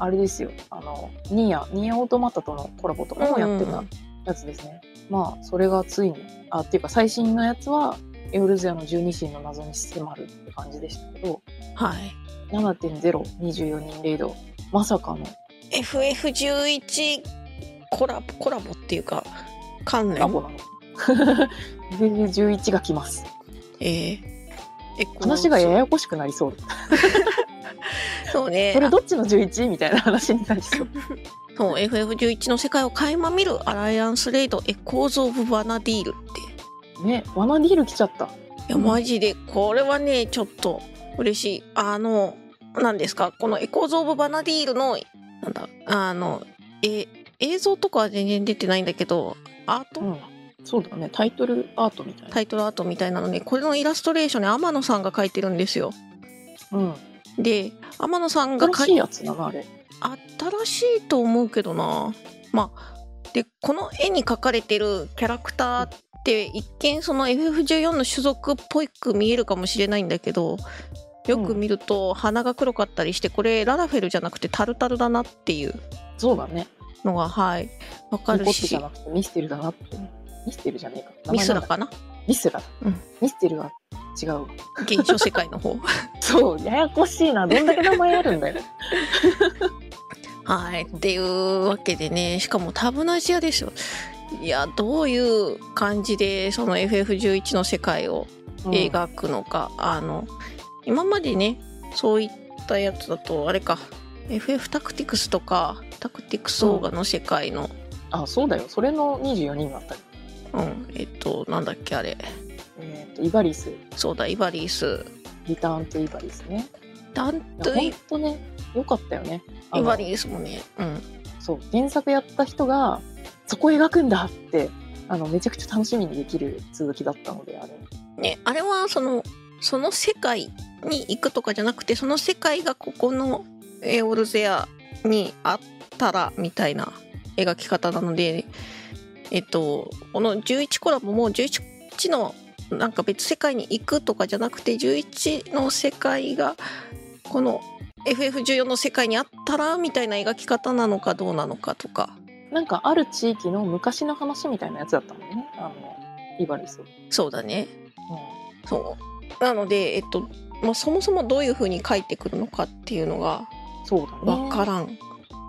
[SPEAKER 2] あれですよ、あの、ニーヤ、ニーヤオートマタとのコラボとかもやって
[SPEAKER 1] うんうんう
[SPEAKER 2] た
[SPEAKER 1] ん
[SPEAKER 2] やつですね。まあ、それがついに、あ、っていうか最新のやつは、エウルゼアの12神の謎に迫るって感じでしたけど、
[SPEAKER 1] はい
[SPEAKER 2] 7.0、24人レイド、まさかの、
[SPEAKER 1] FF11 コラボコラボっていうか関
[SPEAKER 2] ラ
[SPEAKER 1] 連
[SPEAKER 2] ボ なの。11が来ます。
[SPEAKER 1] えーえこう
[SPEAKER 2] 話がややこしくなりそう。
[SPEAKER 1] そうね
[SPEAKER 2] それどっちの 11? みたいな話になりそう。
[SPEAKER 1] そう FF11 の世界を垣間見るアライアンスレイドエコーズ・オブ・バナディールって
[SPEAKER 2] ね、ワナディール来ちゃった。
[SPEAKER 1] いや、
[SPEAKER 2] うん
[SPEAKER 1] マジで、これはね、ちょっと嬉しい。あの、何ですか、このエコーズ・オブ・バナディールの、なんだ、あの、え、映像とかは全然出てないんだけど、アート、
[SPEAKER 2] うん、そうだねタイトルアートみたいな、
[SPEAKER 1] タイトルアートみたいなのね、これのイラストレーションね、天野さんが描いてるんですよ。
[SPEAKER 2] うん、
[SPEAKER 1] で、天野さんが
[SPEAKER 2] 新しい
[SPEAKER 1] 描い、
[SPEAKER 2] やつだなあれ
[SPEAKER 1] 新しいと思うけどな。まあ、で、この絵に描かれてるキャラクターって、一見その FF14 の種族っぽく見えるかもしれないんだけど、よく見ると鼻が黒かったりして、これララフェルじゃなくてタルタルだなっていう
[SPEAKER 2] そうだね
[SPEAKER 1] のが、はい、わか
[SPEAKER 2] ニ
[SPEAKER 1] る
[SPEAKER 2] コットじ
[SPEAKER 1] し
[SPEAKER 2] ゃ、なくてミステルだなってミステルじゃねえか
[SPEAKER 1] ミスラ
[SPEAKER 2] だ
[SPEAKER 1] かな
[SPEAKER 2] ミスラ、
[SPEAKER 1] うん
[SPEAKER 2] ミステルは違う
[SPEAKER 1] 現象世界の方
[SPEAKER 2] そうややこしいなどんだけ名前あるんだよ
[SPEAKER 1] はいっていうわけでねしかもタブナジアですよいやどういう感じでその FF11 の世界を描くのか、あの今までねそういったやつだとあれか FF タクティクスとかタクティクスオーガの世界の、
[SPEAKER 2] あそうだよそれの24人だったり
[SPEAKER 1] うんえっとなんだっけあれ
[SPEAKER 2] えーとイバリス
[SPEAKER 1] そうだイバリース
[SPEAKER 2] リターンとイバリスね
[SPEAKER 1] ダン
[SPEAKER 2] いや
[SPEAKER 1] ト
[SPEAKER 2] ほん
[SPEAKER 1] イ
[SPEAKER 2] とねよかったよねあ
[SPEAKER 1] イ
[SPEAKER 2] の
[SPEAKER 1] バリースもねうん
[SPEAKER 2] そう原作やった人がそこ描くんだってあのめちゃくちゃ楽しみにできる続きだったのであれ
[SPEAKER 1] ねあれはそのその世界に行くとかじゃなくてその世界がここのエオルゼアにあったらみたいな描き方なのでえっとこの11コラボも11のなんか別世界に行くとかじゃなくて11の世界がこの FF14 の世界にあったらみたいな描き方なのかどうなのかとか
[SPEAKER 2] なんかある地域の昔の話みたいなやつだったもんねあのイバリス、うん、
[SPEAKER 1] そうだねそうなのでえっと、まあ、そもそもどういう風に描いてくるのかっていうのが
[SPEAKER 2] そうだね
[SPEAKER 1] 分からん、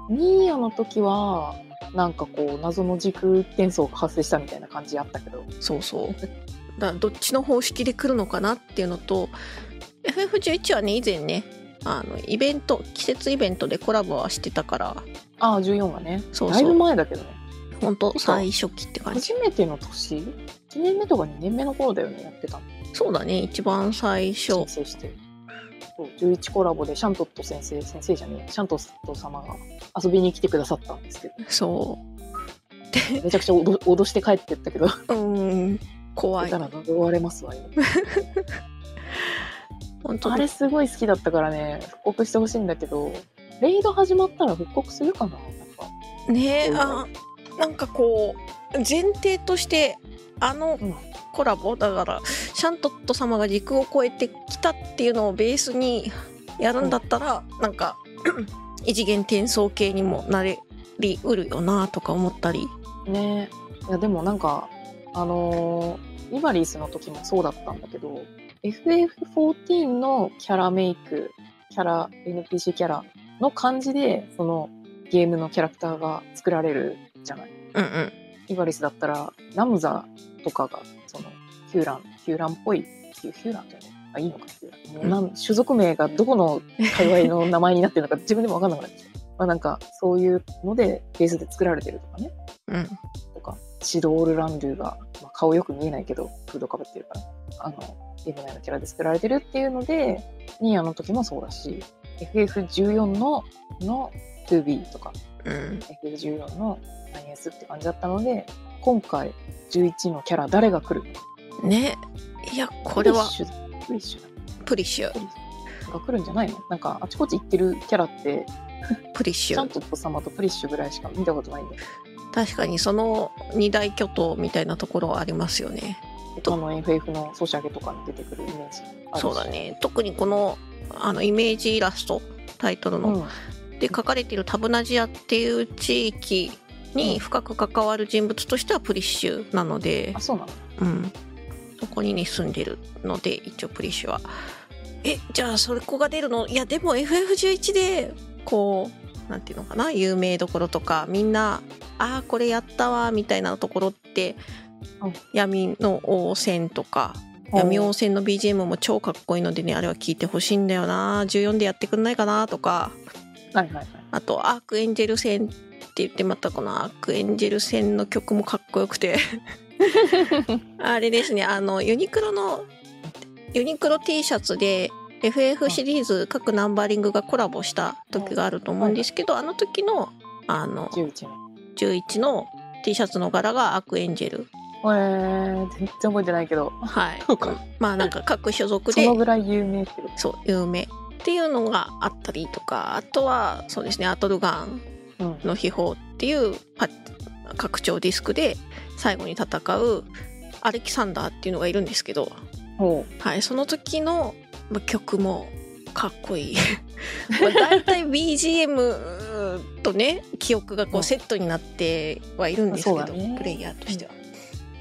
[SPEAKER 2] ニーヤの時はなんかこう謎の時空転送が発生したみたいな感じあったけど
[SPEAKER 1] そうそうだからどっちの方式で来るのかなっていうのと FF11 はね以前ねあのイベント季節イベントでコラボはしてたから
[SPEAKER 2] ああ14がね
[SPEAKER 1] そうそう
[SPEAKER 2] だいぶ前だけどね
[SPEAKER 1] 本当最初期って感じ
[SPEAKER 2] 初めての年1年目とか2年目の頃だよねやってたの
[SPEAKER 1] そうだね一番最初
[SPEAKER 2] 申請してそう11コラボでシャントット先生先生じゃねえシャントット様が遊びに来てくださったんですけ ど
[SPEAKER 1] そ
[SPEAKER 2] めちゃくちゃ脅脅して帰ってったけど
[SPEAKER 1] ううーん怖
[SPEAKER 2] 出
[SPEAKER 1] い
[SPEAKER 2] たら呪われますわよ
[SPEAKER 1] 本当
[SPEAKER 2] あ
[SPEAKER 1] に
[SPEAKER 2] れすごい好きだったからね復刻してほしいんだけどレイド始まったら復刻するかななんか
[SPEAKER 1] ね
[SPEAKER 2] うん
[SPEAKER 1] あなんかこう前提としてあの
[SPEAKER 2] うん
[SPEAKER 1] コラボだからシャントット様が時空を超えてきたっていうのをベースにやるんだったら、なんか 異次元転送系にもなれりうるよなとか思ったり
[SPEAKER 2] ねいやでもなんかあのーイバリースの時もそうだったんだけど FF14 のキャラメイクキャラ NPC キャラの感じでそのゲームのキャラクターが作られるじゃない
[SPEAKER 1] うんうん
[SPEAKER 2] イバリスだったらラムザとかがそのヒューランヒューランっぽいヒュヒューランじゃないあいいのかヒューランもうなん種族名がどこの界隈の名前になってるのか自分でも分かんなくなってきた、まあ、なんかそういうのでベースで作られてるとかね
[SPEAKER 1] うん
[SPEAKER 2] とかシドール・ランドゥが、まあ、顔よく見えないけどフードかぶってるからあのゲーム内のキャラで作られてるっていうのでニーヤの時もそうだし FF14 のの 2B とか
[SPEAKER 1] うん
[SPEAKER 2] FF14 の IS って感じだったので今回11のキャラ誰が来る
[SPEAKER 1] ねいやこれは
[SPEAKER 2] プリッシュだプリッシュだ
[SPEAKER 1] プリッシュ
[SPEAKER 2] プリッシュが来るんじゃないのなんかあちこち行ってるキャラって
[SPEAKER 1] プリッシ
[SPEAKER 2] ちゃ
[SPEAKER 1] ュ
[SPEAKER 2] んとお様とプリッシュぐらいしか見たことないんだよ
[SPEAKER 1] 確かにその二大巨頭みたいなところはありますよね
[SPEAKER 2] 他の FF のソシャゲとかに出てくるイメージあるし
[SPEAKER 1] そうだね特にこのあのイメージイラストタイトル
[SPEAKER 2] う
[SPEAKER 1] の、
[SPEAKER 2] ん
[SPEAKER 1] で書かれているタブナジアっていう地域に深く関わる人物としてはプリッシュなので
[SPEAKER 2] あ、そうなの
[SPEAKER 1] うん、そこにね住んでるので一応プリッシュは。えじゃあそれこが出るのいやでも FF11 でこうなんていうのかな有名どころとかみんなああこれやったわみたいなところって、
[SPEAKER 2] うん
[SPEAKER 1] 闇の王戦とか闇王戦の BGM も超かっこいいのでねあれは聞いてほしいんだよな14でやってくんないかなとか。
[SPEAKER 2] はいはいはい。
[SPEAKER 1] あとアークエンジェル戦って言ってまたこのアークエンジェル戦の曲もかっこよく てあれですねあのユニクロのユニクロ T シャツで FF シリーズ各ナンバリングがコラボした時があると思うんですけどあの時のあの
[SPEAKER 2] 十一の。
[SPEAKER 1] 11の T シャツの柄がアークエンジェル
[SPEAKER 2] えー、全然覚えてないけど、
[SPEAKER 1] はい
[SPEAKER 2] そうか
[SPEAKER 1] まあなんか各所属
[SPEAKER 2] そ
[SPEAKER 1] で
[SPEAKER 2] のぐらい有名ってこと。
[SPEAKER 1] そう有名っていうのがあったりとかあとはそうですねアトルガン
[SPEAKER 2] うん。
[SPEAKER 1] の秘宝っていうパ拡張ディスクで最後に戦うアレキサンダーっていうのがいるんですけど、
[SPEAKER 2] ほ
[SPEAKER 1] はい、その時のま曲もかっこいい。 まあ、大体 BGM とね記憶がこ
[SPEAKER 2] う
[SPEAKER 1] うんセットになってはいるんですけ
[SPEAKER 2] そ
[SPEAKER 1] ど、
[SPEAKER 2] うだね
[SPEAKER 1] プレイヤーとしては。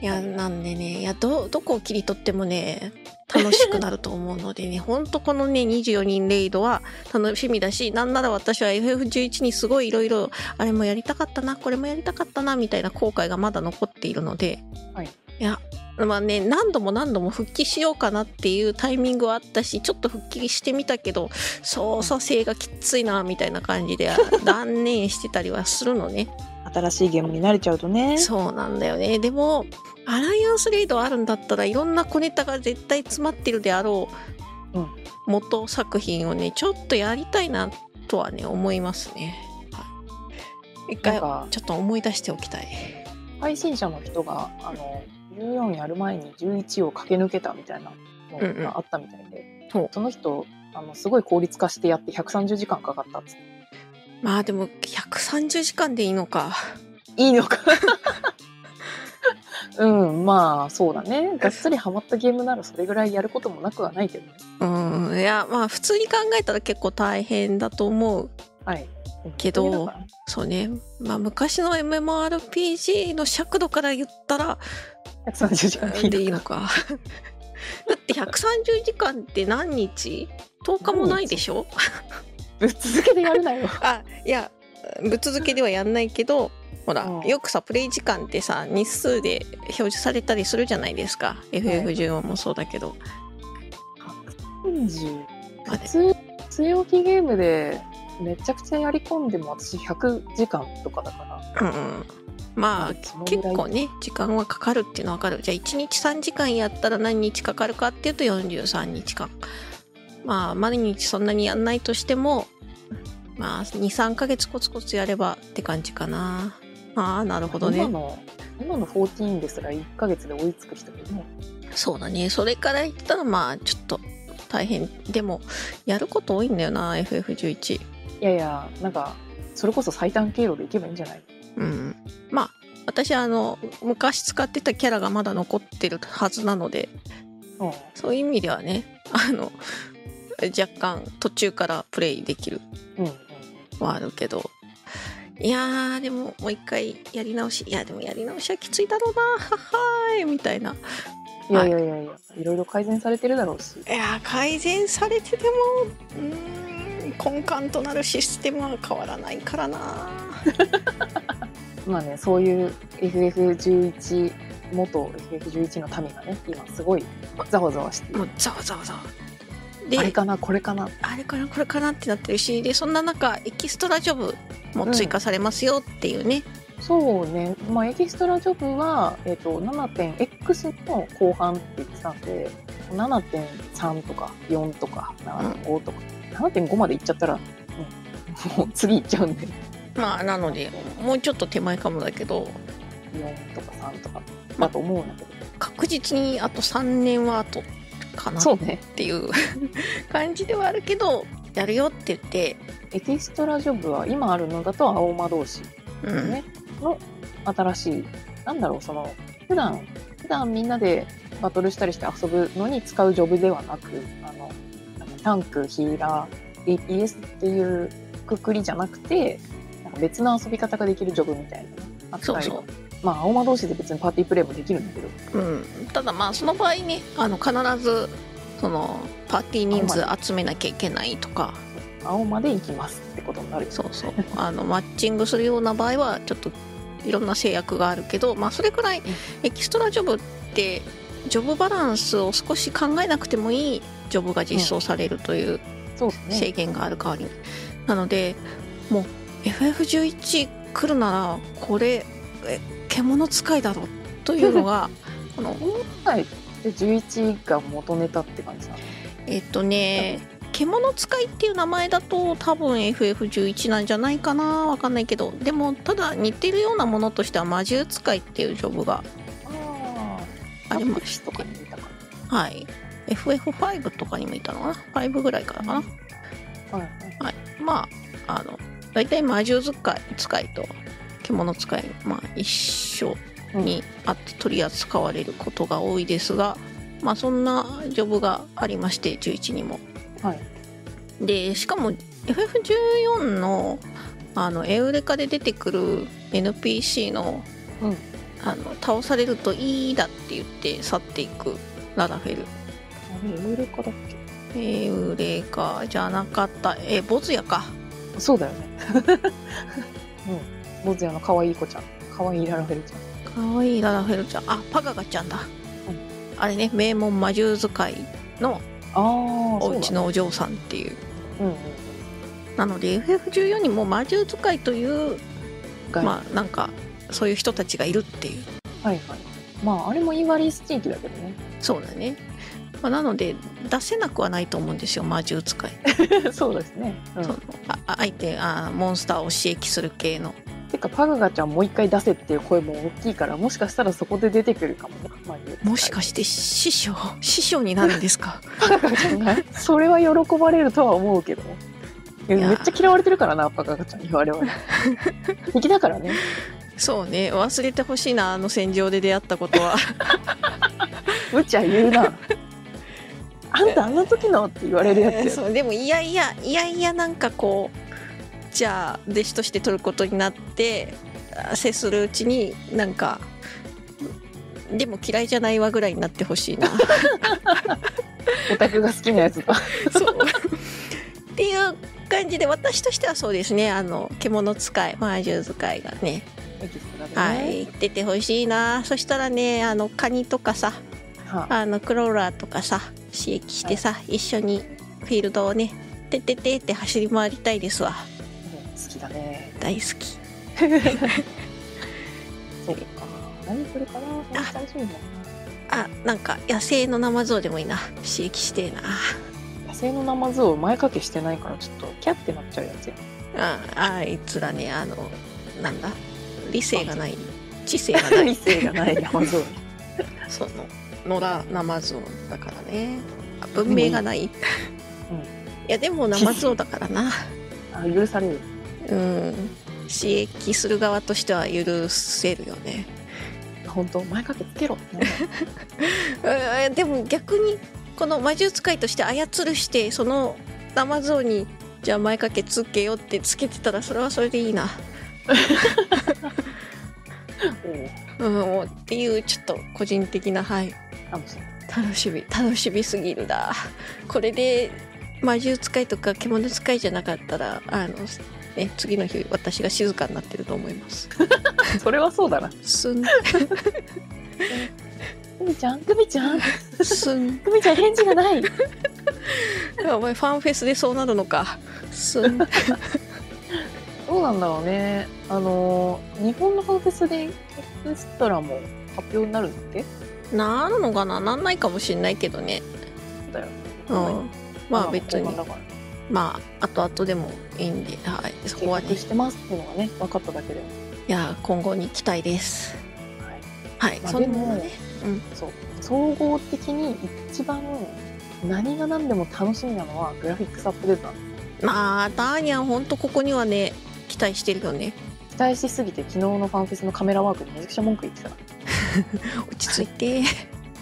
[SPEAKER 1] いやなんでねいやどどこを切り取ってもね楽しくなると思うの でねほんとこのね24人レイドは楽しみだしなんなら私は FF11 にすごいいろいろあれもやりたかったなこれもやりたかったなみたいな後悔がまだ残っているので、
[SPEAKER 2] はい、
[SPEAKER 1] いやまあね何度も何度も復帰しようかなっていうタイミングはあったしちょっと復帰してみたけど操作性がきついなみたいな感じで 断念してたりはするのね。
[SPEAKER 3] 新しいゲームに慣れちゃうとね
[SPEAKER 1] そうなんだよね。でも、アライアンスレイドあるんだったらいろんな小ネタが絶対詰まってるであろう、
[SPEAKER 2] うん
[SPEAKER 1] 元作品をね、ちょっとやりたいなとはね、思いますね。はい一
[SPEAKER 2] な
[SPEAKER 1] 回、ちょ
[SPEAKER 2] んか
[SPEAKER 1] っと思い出しておきたい。
[SPEAKER 2] 配信者の人があの14やる前に11を駆け抜けたみたいなのがあったみたいで、
[SPEAKER 1] うんうんほう
[SPEAKER 2] その人あのすごい効率化してやって130時間かかったっつって
[SPEAKER 1] まあでも、130時間でいいのか。
[SPEAKER 2] いいのか うんまあそうだねがっつりハマったゲームならそれぐらいやることもなくはないけどね
[SPEAKER 1] うん、いや、まあ普通に考えたら結構大変だと思う。
[SPEAKER 2] はい
[SPEAKER 1] けど
[SPEAKER 2] うんだから
[SPEAKER 1] そうね。まあ昔の MMORPG の尺度から言ったら、
[SPEAKER 2] 130時間でいい
[SPEAKER 1] でいい
[SPEAKER 2] の
[SPEAKER 1] の
[SPEAKER 2] か
[SPEAKER 1] か。 だって130時間って何日 ?10 日もないでしょ
[SPEAKER 2] ぶっ続けてやるなよ
[SPEAKER 1] あいやぶっ続けではやんないけどほら、
[SPEAKER 2] うん
[SPEAKER 1] よくさプレイ時間ってさ日数で表示されたりするじゃないですか FF14 もそうだけど、
[SPEAKER 2] 40
[SPEAKER 1] まあ
[SPEAKER 2] 普
[SPEAKER 1] ね
[SPEAKER 2] 通据え置きゲームでめちゃくちゃやり込んでも私100時間とかだから
[SPEAKER 1] うんうん、まあ
[SPEAKER 2] そのぐ
[SPEAKER 1] 結
[SPEAKER 2] らい
[SPEAKER 1] 構ね時間はかかるっていうのは分かるじゃあ1日3時間やったら何日かかるかっていうと43日間まあ毎日そんなにやんないとしてもまあ23ヶ月コツコツやればって感じかなああなるほど
[SPEAKER 2] 今
[SPEAKER 1] ね
[SPEAKER 2] の今の14ですら1ヶ月で追いつく人もいるもん
[SPEAKER 1] そうだねそれから言ったらまあちょっと大変でもやること多いんだよな FF11
[SPEAKER 2] いやいやなんかそれこそ最短経路でいけばいいんじゃない
[SPEAKER 1] うんまあ私あの昔使ってたキャラがまだ残ってるはずなので
[SPEAKER 2] うん
[SPEAKER 1] そういう意味ではね、あの、若干途中からプレイできる
[SPEAKER 2] うんうん
[SPEAKER 1] はあるけど、いやー、でももう一回やり直し、いや、でもやり直しはきついだろうな、はっはーい、みたいな。
[SPEAKER 2] いやいやいやいやいろいろ改善されてるだろうし
[SPEAKER 1] いやー、改善されてても、うーん、根幹となるシステムは変わらないからな。
[SPEAKER 2] まあねそういう FF11 元 FF11 の民がね今すごいざわざわしている
[SPEAKER 1] もう、ざわざわざわ。で、
[SPEAKER 2] あれかなこれかな
[SPEAKER 1] あれかなこれかなってなってるしでそんな中エキストラジョブも追加されますよっていうね、
[SPEAKER 2] そうね、まあ、エキストラジョブは、えっと 7.x の後半って言ってたんで7.3とか4とか7.5とか、7.5まで行っちゃったら、うんもう次行っちゃうんで
[SPEAKER 1] まあなのでもうちょっと手前かもだけど
[SPEAKER 2] 4とか3とかだと思うんだけど、
[SPEAKER 1] 確実にあと3年はあとかな
[SPEAKER 2] そ
[SPEAKER 1] っ
[SPEAKER 2] うね
[SPEAKER 1] ていう感じではあるけどやるよって言って、
[SPEAKER 2] エキストラジョブは今あるのだと青魔同士
[SPEAKER 1] うん
[SPEAKER 2] ね、の新しいなんだろうその普段普段みんなでバトルしたりして遊ぶのに使うジョブではなくあのなんかタンクヒーラー DPS っていうくくりじゃなくてなんか別の遊び方ができるジョブみたいなねあったり
[SPEAKER 1] そうそう、
[SPEAKER 2] まあ青魔同士で別にパーティープレイもできるんだけど
[SPEAKER 1] うん、ただまあその場合ねあの必ずそのパーティー人数集めなきゃいけないとか
[SPEAKER 2] 青魔で行きますってことになる
[SPEAKER 1] そうそうあのマッチングするような場合はちょっといろんな制約があるけど、まあ、それくらいエキストラジョブってジョブバランスを少し考えなくてもいいジョブが実装されるという
[SPEAKER 2] そうです
[SPEAKER 1] 制
[SPEAKER 2] ね
[SPEAKER 1] 限がある代わりに、なのでもう FF11 来るならこれえ獣使いだろというのがこの
[SPEAKER 2] はいで11が元ネタって感じなの
[SPEAKER 1] えっとね獣使いっていう名前だと多分 FF11 なんじゃないかなわかんないけどでもただ似てるようなものとしては魔獣使いっていうジョブが
[SPEAKER 2] あ
[SPEAKER 1] ありまし
[SPEAKER 2] とかに出たか
[SPEAKER 1] たはい FF5 とかにもいたのかな5ぐらいからかな
[SPEAKER 2] なはいはい
[SPEAKER 1] はい、まああの大体魔獣使い使いと獣使い、まあ、一緒にあって取り扱われることが多いですが、まあ、そんなジョブがありまして11にも。
[SPEAKER 2] はい
[SPEAKER 1] でしかも FF14 のあのエウレカで出てくる NPC の、
[SPEAKER 2] うん
[SPEAKER 1] あの倒されると「いい」だって言って去っていくララフェル
[SPEAKER 2] あれ、エウレカだっけ
[SPEAKER 1] えー、ウレカじゃなかったえーボズヤか
[SPEAKER 2] そうだよ ね。うん。ボズヤの可愛い子ちゃん。可愛いララフェルちゃん。
[SPEAKER 1] かわいいララフェルちゃんあパガガちゃんだ、
[SPEAKER 2] うん
[SPEAKER 1] あれね名門魔獣使いの
[SPEAKER 2] ああ、
[SPEAKER 1] お
[SPEAKER 2] そう
[SPEAKER 1] 家
[SPEAKER 2] だ。
[SPEAKER 1] のお嬢さんっていう
[SPEAKER 2] うんうん。
[SPEAKER 1] なので FF14 にも魔獣使いという、
[SPEAKER 2] が、
[SPEAKER 1] まあなんかそういう人たちがいるっていう
[SPEAKER 2] はいはい。まあ、あれもイーバリース地域だけどね。
[SPEAKER 1] そうだね、まあ、なので出せなくはないと思うんですよ魔獣使い、
[SPEAKER 2] そうですね。うん
[SPEAKER 1] そのああ相手あモンスターを刺激する系の
[SPEAKER 2] てかパグガちゃんもう一回出せっていう声も大きいからもしかしたらそこで出てくるかもねまあ言う
[SPEAKER 1] もしかして師匠師匠になるんです か
[SPEAKER 2] パグガちゃんが それは喜ばれるとは思うけどねいや
[SPEAKER 1] いや
[SPEAKER 2] めっちゃ嫌われてるからなパグガちゃんに我 々敵だからね
[SPEAKER 1] そうね忘れてほしいなあの戦場で出会ったことは
[SPEAKER 2] 無茶言うなあんたあの時のって言われるやつ や
[SPEAKER 1] そうでもいやいやいやいやなんかこうじゃあ弟子として取ることになってあ接するうちになんかでも嫌いじゃないわぐらいになってほ しいな
[SPEAKER 2] オタクが好きなやつ だ
[SPEAKER 1] そうっていう感じで私としてはそうですねあの獣使い魔獣使いがね
[SPEAKER 2] エキストラでね
[SPEAKER 1] はい出てほしいなそしたらねあのカニとかさ
[SPEAKER 2] はあ
[SPEAKER 1] あのクローラーとかさ刺激してさ、一緒にフィールドをねてっててって走り回りたいですわ
[SPEAKER 2] うん好きだ ね
[SPEAKER 1] 大好き
[SPEAKER 2] そうか何するかな
[SPEAKER 1] あ
[SPEAKER 2] 楽しみだ
[SPEAKER 1] あなんか野生の生像でもいいな刺激してえな
[SPEAKER 2] 野生のナマズを前掛けしてないからちょっとキャってなっちゃうや つや
[SPEAKER 1] ああいつらねあのなんだ理性がない知性が ない
[SPEAKER 2] 理性がないナマズを
[SPEAKER 1] その野良生像だからねあ文明がない、
[SPEAKER 2] うん
[SPEAKER 1] いやでも生像だからな
[SPEAKER 2] あ許される
[SPEAKER 1] うん刺激する側としては許せるよね
[SPEAKER 2] 本当前掛けつけろなんだ
[SPEAKER 1] えーでも逆にこの魔獣使いとして操るしてその生像にじゃあ前掛けつけようってつけてたらそれはそれでいいな、うん、もうっていうちょっと個人的なはい
[SPEAKER 2] かもしれない
[SPEAKER 1] 楽しみ楽しみすぎるなこれで魔獣使いとか獣使いじゃなかったらあの、ね、次の日私が静かになってると思います
[SPEAKER 2] それはそうだな
[SPEAKER 1] すん
[SPEAKER 2] グミちゃんグミちゃん
[SPEAKER 1] すん
[SPEAKER 2] グミちゃん返事がない
[SPEAKER 1] お前ファンフェスでそうなるのかすん
[SPEAKER 2] どうなんだろうねあのー日本のファンフェスでエクストラも発表になるんだっけ
[SPEAKER 1] なるのかななんないかもしんないけどね
[SPEAKER 2] だよ
[SPEAKER 1] うん、まあ別に
[SPEAKER 2] 後半だから
[SPEAKER 1] まあ後々でもいいんで、はい、そ
[SPEAKER 2] 計
[SPEAKER 1] こは
[SPEAKER 2] 画
[SPEAKER 1] ね
[SPEAKER 2] してますっていうのがね分かっただけでも
[SPEAKER 1] いや今後に期待です
[SPEAKER 2] はい
[SPEAKER 1] はい、
[SPEAKER 2] まあ
[SPEAKER 1] そんなのね
[SPEAKER 2] そう総合的に一番何が何でも楽しみなのはグラフィックスアップデートなんです
[SPEAKER 1] まあダーニャンほんとここにはね期待してるよね
[SPEAKER 2] 期待しすぎて昨日のファンフェスのカメラワークにめちゃくちゃ文句言ってた
[SPEAKER 1] 落ち着いて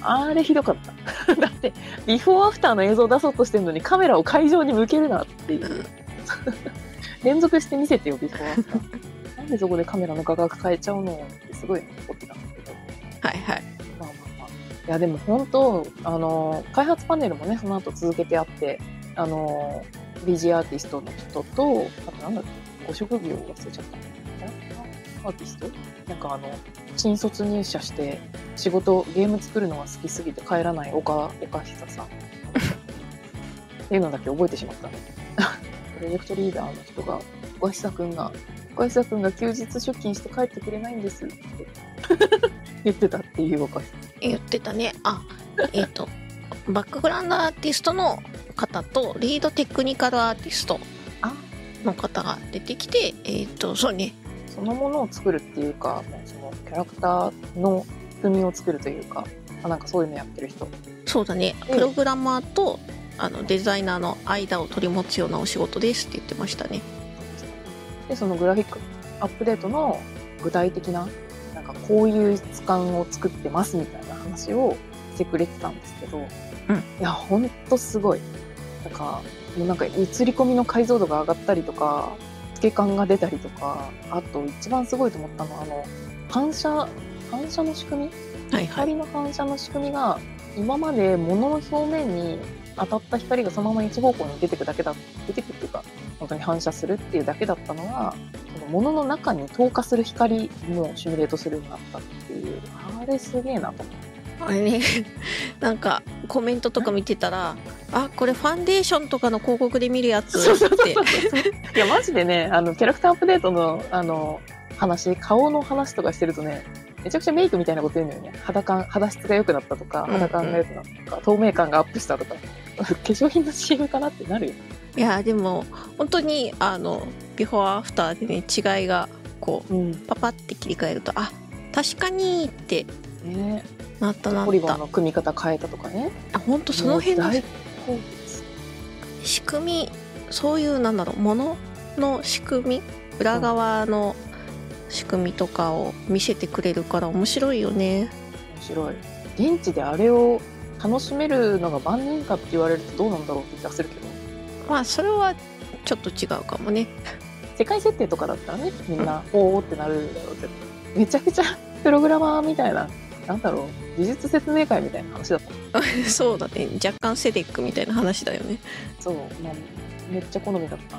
[SPEAKER 2] あれひどかった だってビフォーアフターの映像を出そうとしてるのにカメラを会場に向けるなっていう 連続して見せてよビフォーアフターなんでそこでカメラの画角変えちゃうのってすごい怒ってたんだけど
[SPEAKER 1] はいはい
[SPEAKER 2] まあまあまあいやでも本当あの開発パネルもねその後続けてあってあの BG アーティストの人とあとなんだっけご職業忘れちゃったアーティストなんかあの新卒入社して仕事ゲーム作るのが好きすぎて帰らない岡岡久さんっていうのだけ覚えてしまったね プロジェクトリーダーの人が岡久くんが岡久くんが休日出勤して帰ってくれないんですって 言ってたっていう岡久
[SPEAKER 1] 言ってたねあえっ、とバックグラウンドアーティストの方とリードテクニカルアーティスト
[SPEAKER 2] あ
[SPEAKER 1] の方が出てきてえっ、とそうね
[SPEAKER 2] そのものを作るっていうか、もうそのキャラクターの仕組みを作るというか、あなんかそういうのやってる人。
[SPEAKER 1] そうだね
[SPEAKER 2] うん
[SPEAKER 1] プログラマーとあのデザイナーの間を取り持つようなお仕事ですって言ってましたね
[SPEAKER 2] で、そのグラフィックアップデートの具体的な、なんかこういう質感を作ってますみたいな話をしてくれてたんですけど、いや、ほんとすごい。なんか、もうなんか映り込みの解像度が上がったりとか、透け感が出たりとか、あと一番すごいと思ったのは、あの、反射反射の仕組み
[SPEAKER 1] はいは
[SPEAKER 2] 光
[SPEAKER 1] い。
[SPEAKER 2] の反射の仕組みが今まで物の表面に当たった光がそのまま一方向に出てくだけだ出てくっていうか本当に反射するっていうだけだったのがその物の中に透過する光もシミュレートするようになったっていうあれすげえなと思って
[SPEAKER 1] あれね、 なんかコメントとか見てたら、あ、これファンデーションとかの広告で見るやつ
[SPEAKER 2] そうそう
[SPEAKER 1] っ
[SPEAKER 2] そう
[SPEAKER 1] て
[SPEAKER 2] そう。いやマジでねあのキャラクターアップデートのあの話顔の話とかしてるとねめちゃくちゃメイクみたいなこと言うのよね肌感肌質が良くなったとか
[SPEAKER 1] うんうん
[SPEAKER 2] 肌感が良くなったとか、透明感がアップしたとか 化粧品の CM かなってなるよ
[SPEAKER 1] いやでも本当にあのビフォーアフターでね違いがこ
[SPEAKER 2] うん
[SPEAKER 1] うパパって切り替えるとあ確かにって
[SPEAKER 2] ね
[SPEAKER 1] なったなっ
[SPEAKER 2] ポリゴン
[SPEAKER 1] た
[SPEAKER 2] の組み方変えたとかね
[SPEAKER 1] あ本当その辺の
[SPEAKER 2] もう大好物
[SPEAKER 1] 仕組みそういうなんだろうものの仕組み裏側の仕組みとかを見せてくれるから面白いよね
[SPEAKER 2] 面白い現地であれを楽しめるのが万人かって言われるとどうなんだろうって気がするけど
[SPEAKER 1] まあそれはちょっと違うかも ね
[SPEAKER 2] 世界設定とかだったらねみんなおおってなるだろうけどめちゃくちゃプログラマーみたいななんだろう技術説明会みたいな話だった
[SPEAKER 1] そうだね若干セデックみたいな話だよね
[SPEAKER 2] そう、まあ、めっちゃ好みだった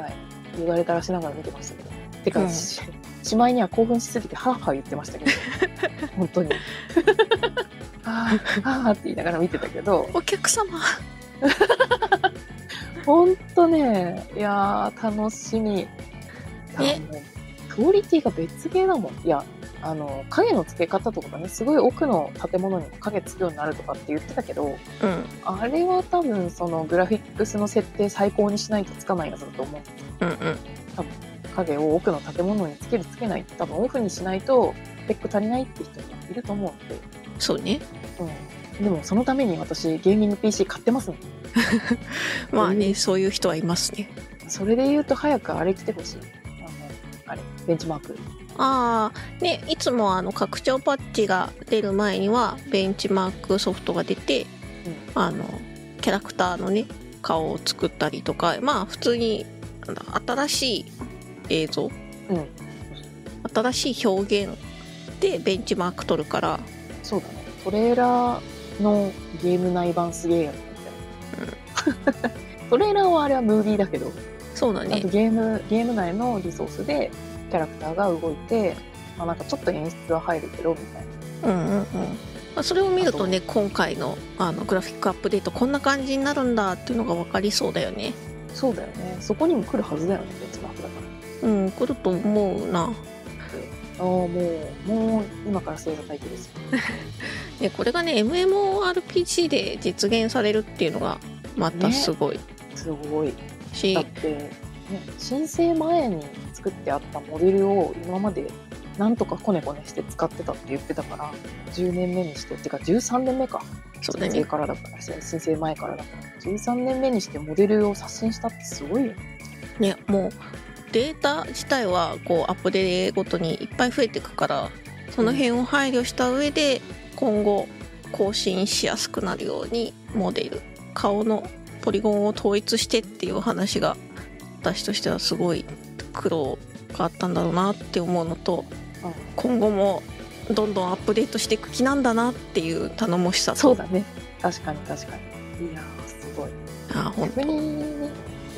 [SPEAKER 2] はい言われたらしながら見てましたけどてか、
[SPEAKER 1] うん
[SPEAKER 2] ししまいには興奮しすぎてハーハー言ってました けど本当にはーはーって言いながら見てたけど
[SPEAKER 1] お客様
[SPEAKER 2] ほんとね、いやー、楽しみ。
[SPEAKER 1] ね
[SPEAKER 2] あのクオリティが別ゲーだもん。いや、あの、影の付け方とかね、すごい奥の建物にも影つくようになるとかって言ってたけど、
[SPEAKER 1] うん
[SPEAKER 2] あれは多分そのグラフィックスの設定最高にしないとつかないやつだと思う。
[SPEAKER 1] うんうん
[SPEAKER 2] 影を奥の建物につけるつけないって多分オフにしないと、ペック足りないって人もいると思うんで。
[SPEAKER 1] そうね
[SPEAKER 2] うん。でもそのために私、ゲーミング PC 買ってますもん
[SPEAKER 1] まあねそういう人はいますね
[SPEAKER 2] それで言うと早くあれ来てほしい。あの、あれ、ベンチマーク。
[SPEAKER 1] ああねいつもあの拡張パッチが出る前にはベンチマークソフトが出て
[SPEAKER 2] う
[SPEAKER 1] あのキャラクターのね顔を作ったりとかまあ普通になんだ新しい映像
[SPEAKER 2] ん、うん、
[SPEAKER 1] 新しい表現でベンチマーク取るから
[SPEAKER 2] そうだね。トレーラーのゲーム内版すげえやつみたい な。トレーラーはあれはムービーだけど、
[SPEAKER 1] そうだ
[SPEAKER 2] あと
[SPEAKER 1] ね
[SPEAKER 2] ゲーム、ゲーム内のリソースでキャラクターが動いて、まあなんかちょっと演出は入るけど、みたいな。
[SPEAKER 1] うんうんうんまあそれを見るとね今回のあのグラフィックアップデートこんな感じになるんだっていうのが分かりそうだよね
[SPEAKER 2] そうだよね。そこにも来るはずだよね、ベンチマークだから。
[SPEAKER 1] うん来ると思うな
[SPEAKER 2] ああ、もう、もう今からそれが待機ですよ。
[SPEAKER 1] でこれがね MMORPG で実現されるっていうのがまたすごい
[SPEAKER 2] すごい。
[SPEAKER 1] し、
[SPEAKER 2] だって、ね、申請前に作ってあったモデルを今までなんとかこねこねして使ってたって言ってたから10年目にしててか13年目か
[SPEAKER 1] そうだ
[SPEAKER 2] 申
[SPEAKER 1] ね
[SPEAKER 2] 請からだから申請前からだから13年目にしてモデルを刷新したってすごいよ
[SPEAKER 1] ねもうデータ自体はこうアップデートごとにいっぱい増えていくからその辺を配慮した上で今後更新しやすくなるようにモデル顔のポリゴンを統一してっていう話が私としてはすごい苦労があったんだろうなって思うのと
[SPEAKER 2] うん
[SPEAKER 1] 今後もどんどんアップデートしていく気なんだなっていう頼もしさと
[SPEAKER 2] そうだね確かに確かにいやーすごい
[SPEAKER 1] あほん
[SPEAKER 2] 逆にね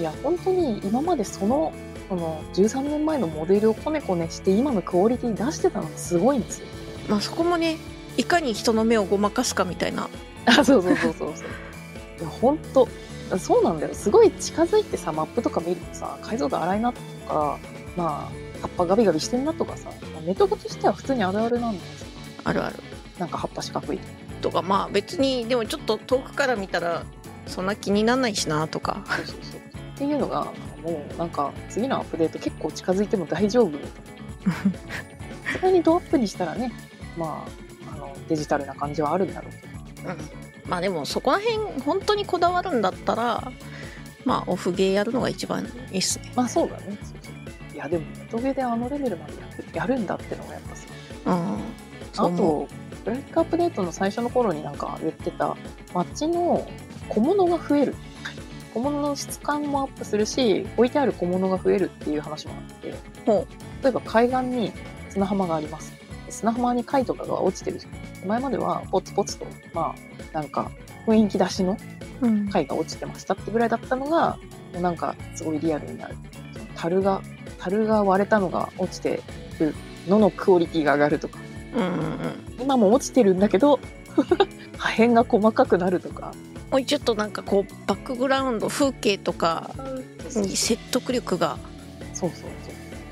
[SPEAKER 2] いや本当に今までそのその13年前のモデルをこねこねして今のクオリティ出してたのがすごいんですよ
[SPEAKER 1] まあそこもねいかに人の目をごまかすかみたいな
[SPEAKER 2] あそうそうそうそうそう いや本当そうなんだよすごい近づいてさマップとか見るとさ解像度荒いなとかまあ葉っぱガビガビしてんなとかさネトコとしては普通にあるあるなんですよ
[SPEAKER 1] あるある
[SPEAKER 2] なんか葉っぱ四角い
[SPEAKER 1] とかまあ別にでもちょっと遠くから見たらそんな気にならないしなと か
[SPEAKER 2] そうそうそうっていうのがもうなんか次のアップデート結構近づいても大丈夫みたいなさすがにドアップにしたらねまああのデジタルな感じはあるんだろうけど
[SPEAKER 1] まあでもそこら辺本当にこだわるんだったらまあオフゲーやるのが一番いいっすね
[SPEAKER 2] まあそうだねそうそういやでもネトゲであのレベルまでやってやるんだってのがやっぱすごい
[SPEAKER 1] うん
[SPEAKER 2] あ
[SPEAKER 1] そう思
[SPEAKER 2] と、グラフィックアップデートの最初の頃になんか言ってた、街の小物が増える。小物の質感もアップするし、置いてある小物が増えるっていう話もあって、
[SPEAKER 1] ほ
[SPEAKER 2] 例えば海岸に砂浜があります。砂浜に貝とかが落ちてるじゃん前まではポツポツとまあなんか雰囲気出しの
[SPEAKER 1] うん
[SPEAKER 2] 貝が落ちてましたってぐらいだったのがもうなんかすごいリアルになるその樽が樽が割れたのが落ちてるののクオリティが上がるとか
[SPEAKER 1] うんうんうん
[SPEAKER 2] 今も落ちてるんだけど 破片が細かくなるとか
[SPEAKER 1] もうちょっとなんかこうバックグラウンド風景とか
[SPEAKER 2] そう
[SPEAKER 1] に説得力が
[SPEAKER 2] そうそう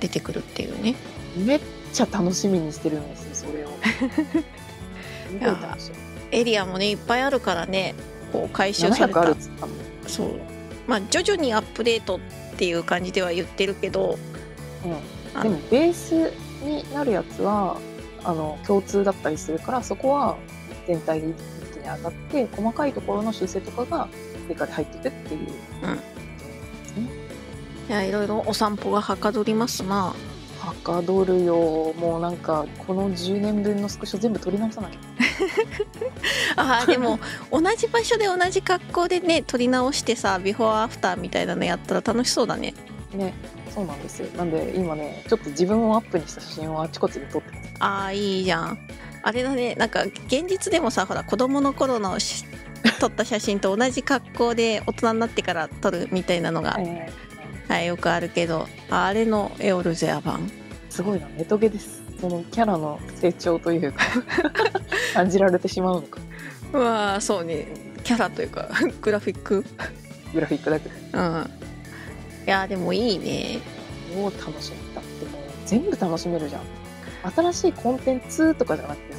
[SPEAKER 1] 出てくるっていうね
[SPEAKER 2] めっちゃ楽しみにしてるんです よそれをすごい楽し
[SPEAKER 1] エリアもねいっぱいあるからねこう回
[SPEAKER 2] み
[SPEAKER 1] 収され
[SPEAKER 2] 700ある
[SPEAKER 1] た
[SPEAKER 2] っつったもん
[SPEAKER 1] そうまあ徐々にアップデートっていう感じでは言ってるけど
[SPEAKER 2] うん、でもベースになるやつはあの共通だったりするからそこは全体に一気に上がって細かいところの修正とかが追加で入っていくっていう、
[SPEAKER 1] うんいやいろいろお散歩がはかどりますな
[SPEAKER 2] はかどるよもうなんかこの10年分のスクショ全部取り直さなきゃ
[SPEAKER 1] あーでも同じ場所で同じ格好でね撮り直してさビフォーアフターみたいなのやったら楽しそうだね
[SPEAKER 2] ねそうなんですよなんで今ねちょっと自分をアップにした写真をあちこちで撮ってます
[SPEAKER 1] ああいいじゃんあれだねなんか現実でもさほら子供の頃のし撮った写真と同じ格好で大人になってから撮るみたいなのが、はい
[SPEAKER 2] え
[SPEAKER 1] よくあるけどああれのエオルゼア版
[SPEAKER 2] ーすごいなネトゲですそのキャラの成長というか 感じられてしまうのか
[SPEAKER 1] うわーそうねキャラというか グラフィック
[SPEAKER 2] グラフィックだけど
[SPEAKER 1] うんいやーでもいいね
[SPEAKER 2] を楽しみだってもう全部楽しめるじゃん新しいコンテンツとかじゃなくてさ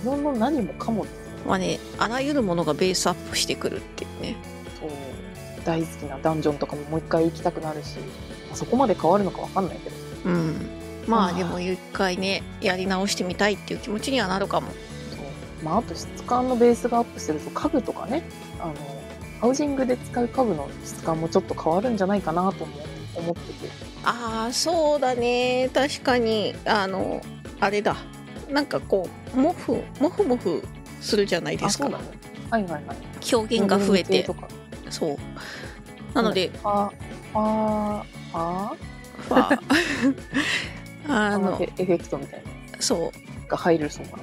[SPEAKER 2] 既存の何もかもですよ
[SPEAKER 1] まあねあらゆるものがベースアップしてくるっていうね
[SPEAKER 2] そう大好きなダンジョンとかももう一回行きたくなるしまあそこまで変わるのかわかんないけど
[SPEAKER 1] うんまあ
[SPEAKER 2] あー
[SPEAKER 1] でも一回ねやり直してみたいっていう気持ちにはなるかも
[SPEAKER 2] そう、まあ、あと質感のベースがアップすると家具とかねあのハウジングで使う家具の質感もちょっと変わるんじゃないかなとも思ってて
[SPEAKER 1] ああそうだね確かにあのあれだなんかこうモフモフモフするじゃないですか
[SPEAKER 2] あそうなのはいはいはい
[SPEAKER 1] 表現が増え
[SPEAKER 2] 人間系
[SPEAKER 1] て
[SPEAKER 2] とか
[SPEAKER 1] そうなので、
[SPEAKER 2] あああ
[SPEAKER 1] ファー あ
[SPEAKER 2] あ
[SPEAKER 1] の
[SPEAKER 2] のエフェクトみたいな
[SPEAKER 1] そ
[SPEAKER 2] が入るそうなの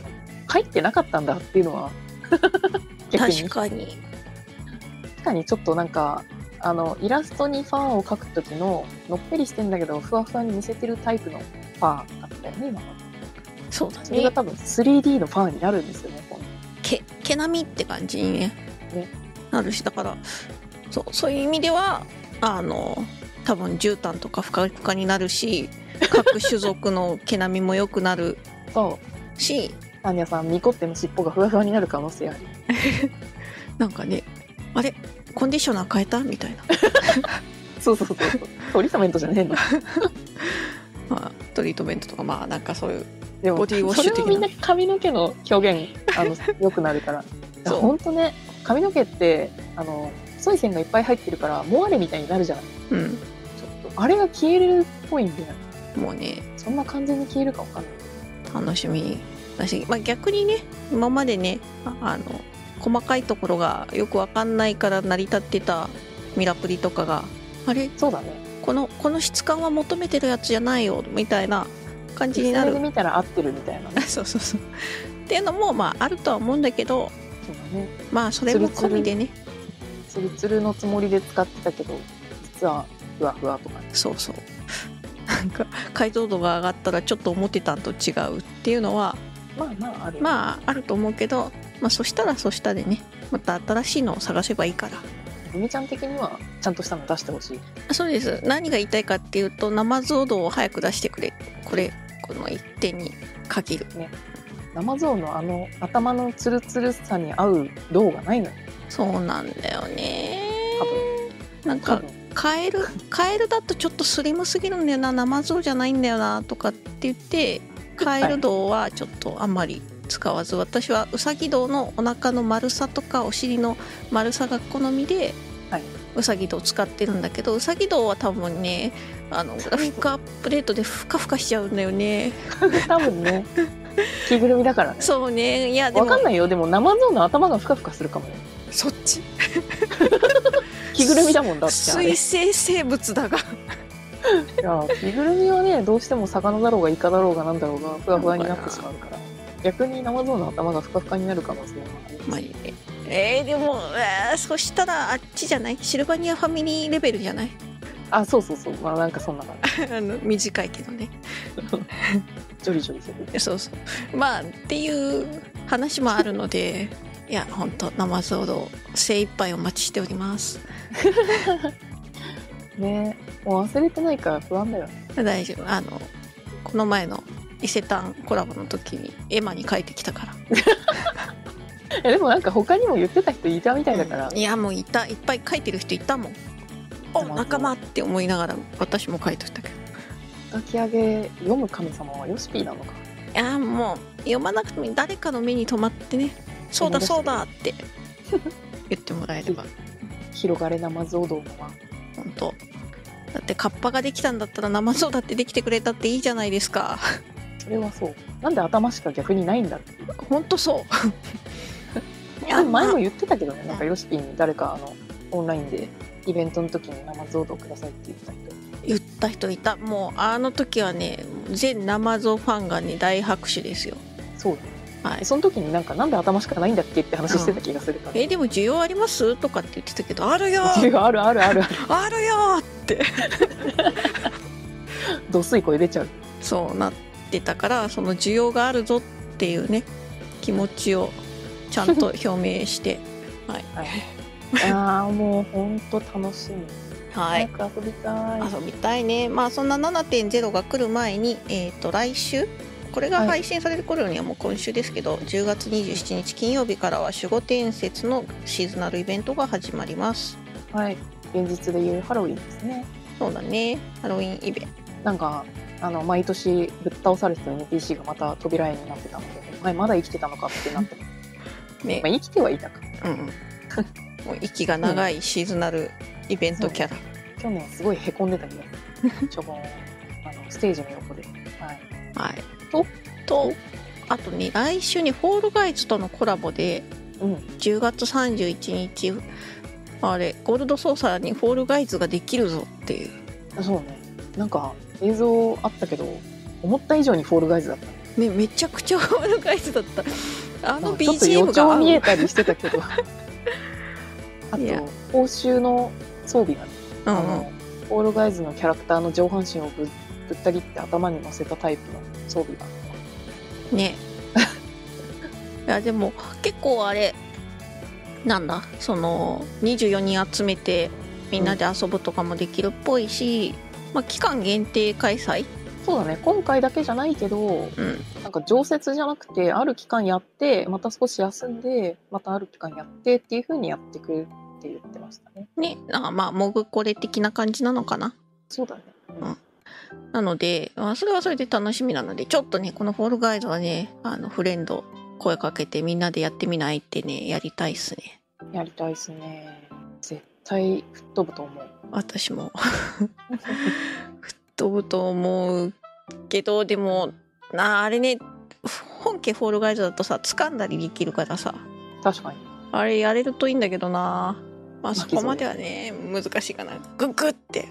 [SPEAKER 2] 入ってなかったんだっていうの は
[SPEAKER 1] う
[SPEAKER 2] 逆に
[SPEAKER 1] 確かに
[SPEAKER 2] 確かにちょっとなんかあのイラストにファーを描く時ののっぺりしてんだけどふわふわに見せてるタイプのファーだったよね今まで
[SPEAKER 1] そうだ
[SPEAKER 2] それが
[SPEAKER 1] ね
[SPEAKER 2] 多分 3D のファーになるんですよね今度
[SPEAKER 1] 毛毛並みって感じにね
[SPEAKER 2] ね
[SPEAKER 1] なるしだからそうそういう意味ではあの多分絨毯とかふかふかになるし各種族の毛並みも良くなる
[SPEAKER 2] そ
[SPEAKER 1] し
[SPEAKER 2] うアンニャさんミコっての尻尾がふわふわになる可能性あり
[SPEAKER 1] なんかねあれコンディショナー変えたみたいな、
[SPEAKER 2] そうそうそうそうトリートメントじゃねえの
[SPEAKER 1] まあ、トリートメントとかまあなんかそういう
[SPEAKER 2] でも
[SPEAKER 1] ボディウォッシュ的な
[SPEAKER 2] それはみんな髪の毛の表現あの良くなるから
[SPEAKER 1] そう
[SPEAKER 2] 本当ね髪の毛ってあの細い線がいっぱい入ってるからモアレみたいになるじゃない
[SPEAKER 1] うん
[SPEAKER 2] ちょっとあれが消えるっぽいんだよ
[SPEAKER 1] もうね
[SPEAKER 2] そんな完全に消えるかわかんない
[SPEAKER 1] 楽しみだし、まあ、逆にね今までねああの細かいところがよくわかんないから成り立ってたミラプリとかがあれ
[SPEAKER 2] そうだね
[SPEAKER 1] このこの質感は求めてるやつじゃないよみたいな感じに
[SPEAKER 2] 実
[SPEAKER 1] な
[SPEAKER 2] 際に
[SPEAKER 1] る
[SPEAKER 2] 見たら合ってるみたいなね
[SPEAKER 1] そうそうそうっていうのもまああるとは思うんだけど
[SPEAKER 2] そうだね
[SPEAKER 1] まあそれも込みでね
[SPEAKER 2] ツルツルのつもりで使ってたけど実はふわふわとかね
[SPEAKER 1] そうそうなんか解像度が上がったらちょっと思ってたんと違うっていうのは
[SPEAKER 2] まあまああるあ
[SPEAKER 1] まああると思うけど、まあ、そしたらそしたでねまた新しいのを探せばいいから
[SPEAKER 2] ゆみちゃん的にはちゃんとしたの出してほしい
[SPEAKER 1] あそうです何が言いたいかっていうと生像度を早く出してくれこれこの一点に限る
[SPEAKER 2] 生像のあの頭のツルツルさに合う銅がないのよ
[SPEAKER 1] そうなんだよね
[SPEAKER 2] 多分
[SPEAKER 1] なん
[SPEAKER 2] 多
[SPEAKER 1] か
[SPEAKER 2] 分
[SPEAKER 1] カエルカエルだとちょっとスリムすぎるんだよな生像じゃないんだよなとかって言ってカエル銅はちょっとあんまり使わず私はウサギ銅のお腹の丸さとかお尻の丸さが好みで、
[SPEAKER 2] はい
[SPEAKER 1] ウサギ銅使ってるんだけどウサギ銅は多分ねあのグラフィックアップデートでふかふかしちゃうんだよね
[SPEAKER 2] 多分ね着ぐるみだからね
[SPEAKER 1] そうねいやで
[SPEAKER 2] わ
[SPEAKER 1] も
[SPEAKER 2] かんないよでも生像の頭がふかふかするかもよ
[SPEAKER 1] そっち
[SPEAKER 2] 着ぐるみだもんだってあれ
[SPEAKER 1] 水生生物だが
[SPEAKER 2] いや着ぐるみはねどうしても魚だろうがイカだろうがなんだろうがふわふわになってしまうから逆に生ゾウの頭がふかふかになる可能性もあります
[SPEAKER 1] マジでえー、でも、えーそしたらあっちじゃないシルバニアファミリーレベルじゃない
[SPEAKER 2] あそうそうそうまあなんかそんな感じ
[SPEAKER 1] あの短いけどね
[SPEAKER 2] ジョリジョリする
[SPEAKER 1] そうそうまあっていう話もあるので いや本当生像を精一杯お待ちしております
[SPEAKER 2] ねもう忘れてないから不安だよね
[SPEAKER 1] 大丈夫あのこの前の伊勢丹コラボの時にエマに書いてきたから
[SPEAKER 2] いやでもなんか他にも言ってた人いたみたいだから、
[SPEAKER 1] いやもういたいっぱい書いてる人いたもんお仲間って思いながら私も書いとったけど
[SPEAKER 2] 炊き上げ読む神様はヨシピーなのか
[SPEAKER 1] いやもう読まなくても誰かの目に留まってねそうだそうだって言ってもらえれば
[SPEAKER 2] 広がれ生像道もは
[SPEAKER 1] 本当だってカッパができたんだったら生そうだってできてくれたっていいじゃないですか
[SPEAKER 2] それはそうなんで頭しか逆にないんだっていう
[SPEAKER 1] 本当そうい
[SPEAKER 2] でも前も
[SPEAKER 1] まあ
[SPEAKER 2] 言ってたけどねなんかヨシピーに誰かあのオンラインでイベントの時に生像道くださいって言ってた人
[SPEAKER 1] 言った人いたもうあの時はね全生像ファンがね大拍手ですよ
[SPEAKER 2] そうね
[SPEAKER 1] はい
[SPEAKER 2] その時になんかなんで頭しかないんだっけって話してた気がするから、
[SPEAKER 1] えでも需要ありますとかって言ってたけどあるよ
[SPEAKER 2] いやあるあるあるある
[SPEAKER 1] あるよ
[SPEAKER 2] どすい声出ちゃう
[SPEAKER 1] そうなってたからその需要があるぞっていうね気持ちをちゃんと表明して はい
[SPEAKER 2] ああもうほんと楽しみ、
[SPEAKER 1] はい
[SPEAKER 2] 早く遊びたい
[SPEAKER 1] 遊びたいねまあそんな7.0が来る前にえっ、と来週これが配信される頃にはもう今週ですけど、10月27日金曜日からは守護伝説のシーズナルイベントが始まります
[SPEAKER 2] はい現実でいうハロウィンですね
[SPEAKER 1] そうだねハロウィンイベント
[SPEAKER 2] なんかあの毎年ぶっ倒されてた NPC がまた扉絵になってたのでお前まだ生きてたのかってなってます、
[SPEAKER 1] ね
[SPEAKER 2] まあ、生きてはいたか
[SPEAKER 1] うんうん もう息が長いシーズナルイベントキャラ、
[SPEAKER 2] 去年すごいへこんでたけ どちょぼんあのステージの横で、はい、
[SPEAKER 1] はい、
[SPEAKER 2] と
[SPEAKER 1] とあとね来週に「ホールガイズ」とのコラボで
[SPEAKER 2] うん
[SPEAKER 1] 10月31日あれゴールドソーサーに「ホールガイズ」ができるぞっていう
[SPEAKER 2] そうねなんか映像あったけど思った以上にフォールガイズだった
[SPEAKER 1] めめちゃくちゃホールガイズだったあ
[SPEAKER 2] なん
[SPEAKER 1] の
[SPEAKER 2] かちょっと
[SPEAKER 1] BGM
[SPEAKER 2] 予
[SPEAKER 1] が
[SPEAKER 2] 兆
[SPEAKER 1] 合う
[SPEAKER 2] 見えたりしてたけどあ
[SPEAKER 1] いや
[SPEAKER 2] と報酬の装備がね、
[SPEAKER 1] う
[SPEAKER 2] あ
[SPEAKER 1] んうん
[SPEAKER 2] のオールガイズのキャラクターの上半身をぶぶった切って頭に乗せたタイプの装備が
[SPEAKER 1] ね いやでも結構あれなんだその24人集めてみんなで遊ぶとかもできるっぽいし、まあ、期間限定開催、
[SPEAKER 2] そうだね今回だけじゃないけど
[SPEAKER 1] うん、
[SPEAKER 2] なんか常設じゃなくてある期間やってまた少し休んでまたある期間やってっていう風にやってくるって言ってましたね
[SPEAKER 1] ねあまあモグコレ的な感じなのかな
[SPEAKER 2] そうだね、
[SPEAKER 1] んなので、まあ、それはそれで楽しみなのでちょっとねこの「フォールガイズ」はねあのフレンド声かけてみんなでやってみないってねやりたいっすね
[SPEAKER 2] やりたいですね絶対吹っ飛ぶと思う
[SPEAKER 1] 私も飛ぶと思うけどでもなああれね本家「フォールガイズ」だとさ掴んだりできるからさ
[SPEAKER 2] 確かに
[SPEAKER 1] あれやれるといいんだけどなまあそ
[SPEAKER 2] 巻き
[SPEAKER 1] こ
[SPEAKER 2] 添
[SPEAKER 1] ま
[SPEAKER 2] え
[SPEAKER 1] ではね難しいかなグッグッて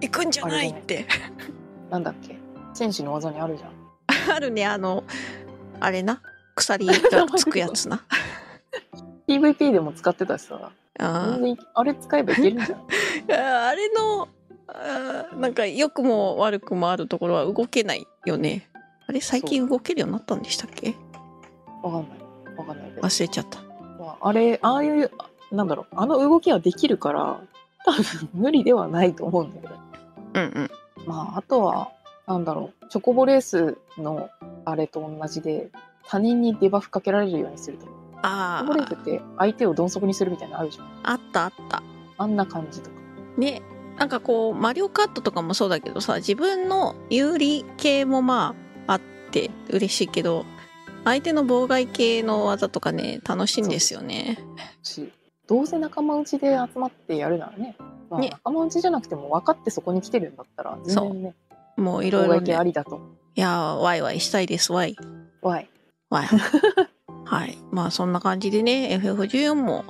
[SPEAKER 1] 行くんじゃないって
[SPEAKER 2] なんだっけ戦士の技にあるじゃん
[SPEAKER 1] あるねあのあれな鎖がつくやつ な
[SPEAKER 2] PVP でも使ってたしさ
[SPEAKER 1] あ
[SPEAKER 2] 全然あれ使えばいけるんじゃん
[SPEAKER 1] ーあれのあーなんか良くも悪くもあるところは動けないよねあれ最近動けるようになったんでしたっけ
[SPEAKER 2] わかんないわかんないけど、
[SPEAKER 1] 忘れちゃった
[SPEAKER 2] まあ、あれああいうあなんだろうあの動きはできるから多分無理ではないと思うんだけど
[SPEAKER 1] うんうん
[SPEAKER 2] まああとはなんだろうチョコボレースのあれと同じで他人にデバフかけられるようにするとチョ
[SPEAKER 1] あ
[SPEAKER 2] コボレース
[SPEAKER 1] ー
[SPEAKER 2] って相手を鈍足にするみたいなのあるじゃん
[SPEAKER 1] あったあった
[SPEAKER 2] あんな感じとか
[SPEAKER 1] ねなんかこうマリオカットとかもそうだけどさ自分の有利系もまああって嬉しいけど相手の妨害系の技とかね楽しいんですよね
[SPEAKER 2] しどうせ仲間内で集まってやるならね,、まあ、
[SPEAKER 1] ね
[SPEAKER 2] 仲間内じゃなくても分かってそこに来てるんだったら全然ね
[SPEAKER 1] もういろい
[SPEAKER 2] 妨
[SPEAKER 1] ろ
[SPEAKER 2] 害系あ
[SPEAKER 1] ね
[SPEAKER 2] りだと。
[SPEAKER 1] いやーワイワイしたいですワイ
[SPEAKER 2] わい
[SPEAKER 1] はい。はい。まあそんな感じでね、FF14 も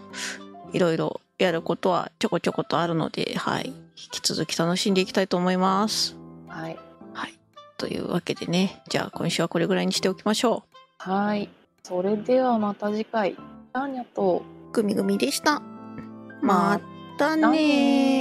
[SPEAKER 1] いろいろやることはちょこちょことあるので、はい。引き続き楽しんでいきたいと思います。
[SPEAKER 2] はい。
[SPEAKER 1] というわけでね、じゃあ今週はこれぐらいにしておきましょ
[SPEAKER 2] はい。それではまた次回。ラーニャと
[SPEAKER 1] う。グミグミでした。また
[SPEAKER 2] また
[SPEAKER 1] ね
[SPEAKER 2] ね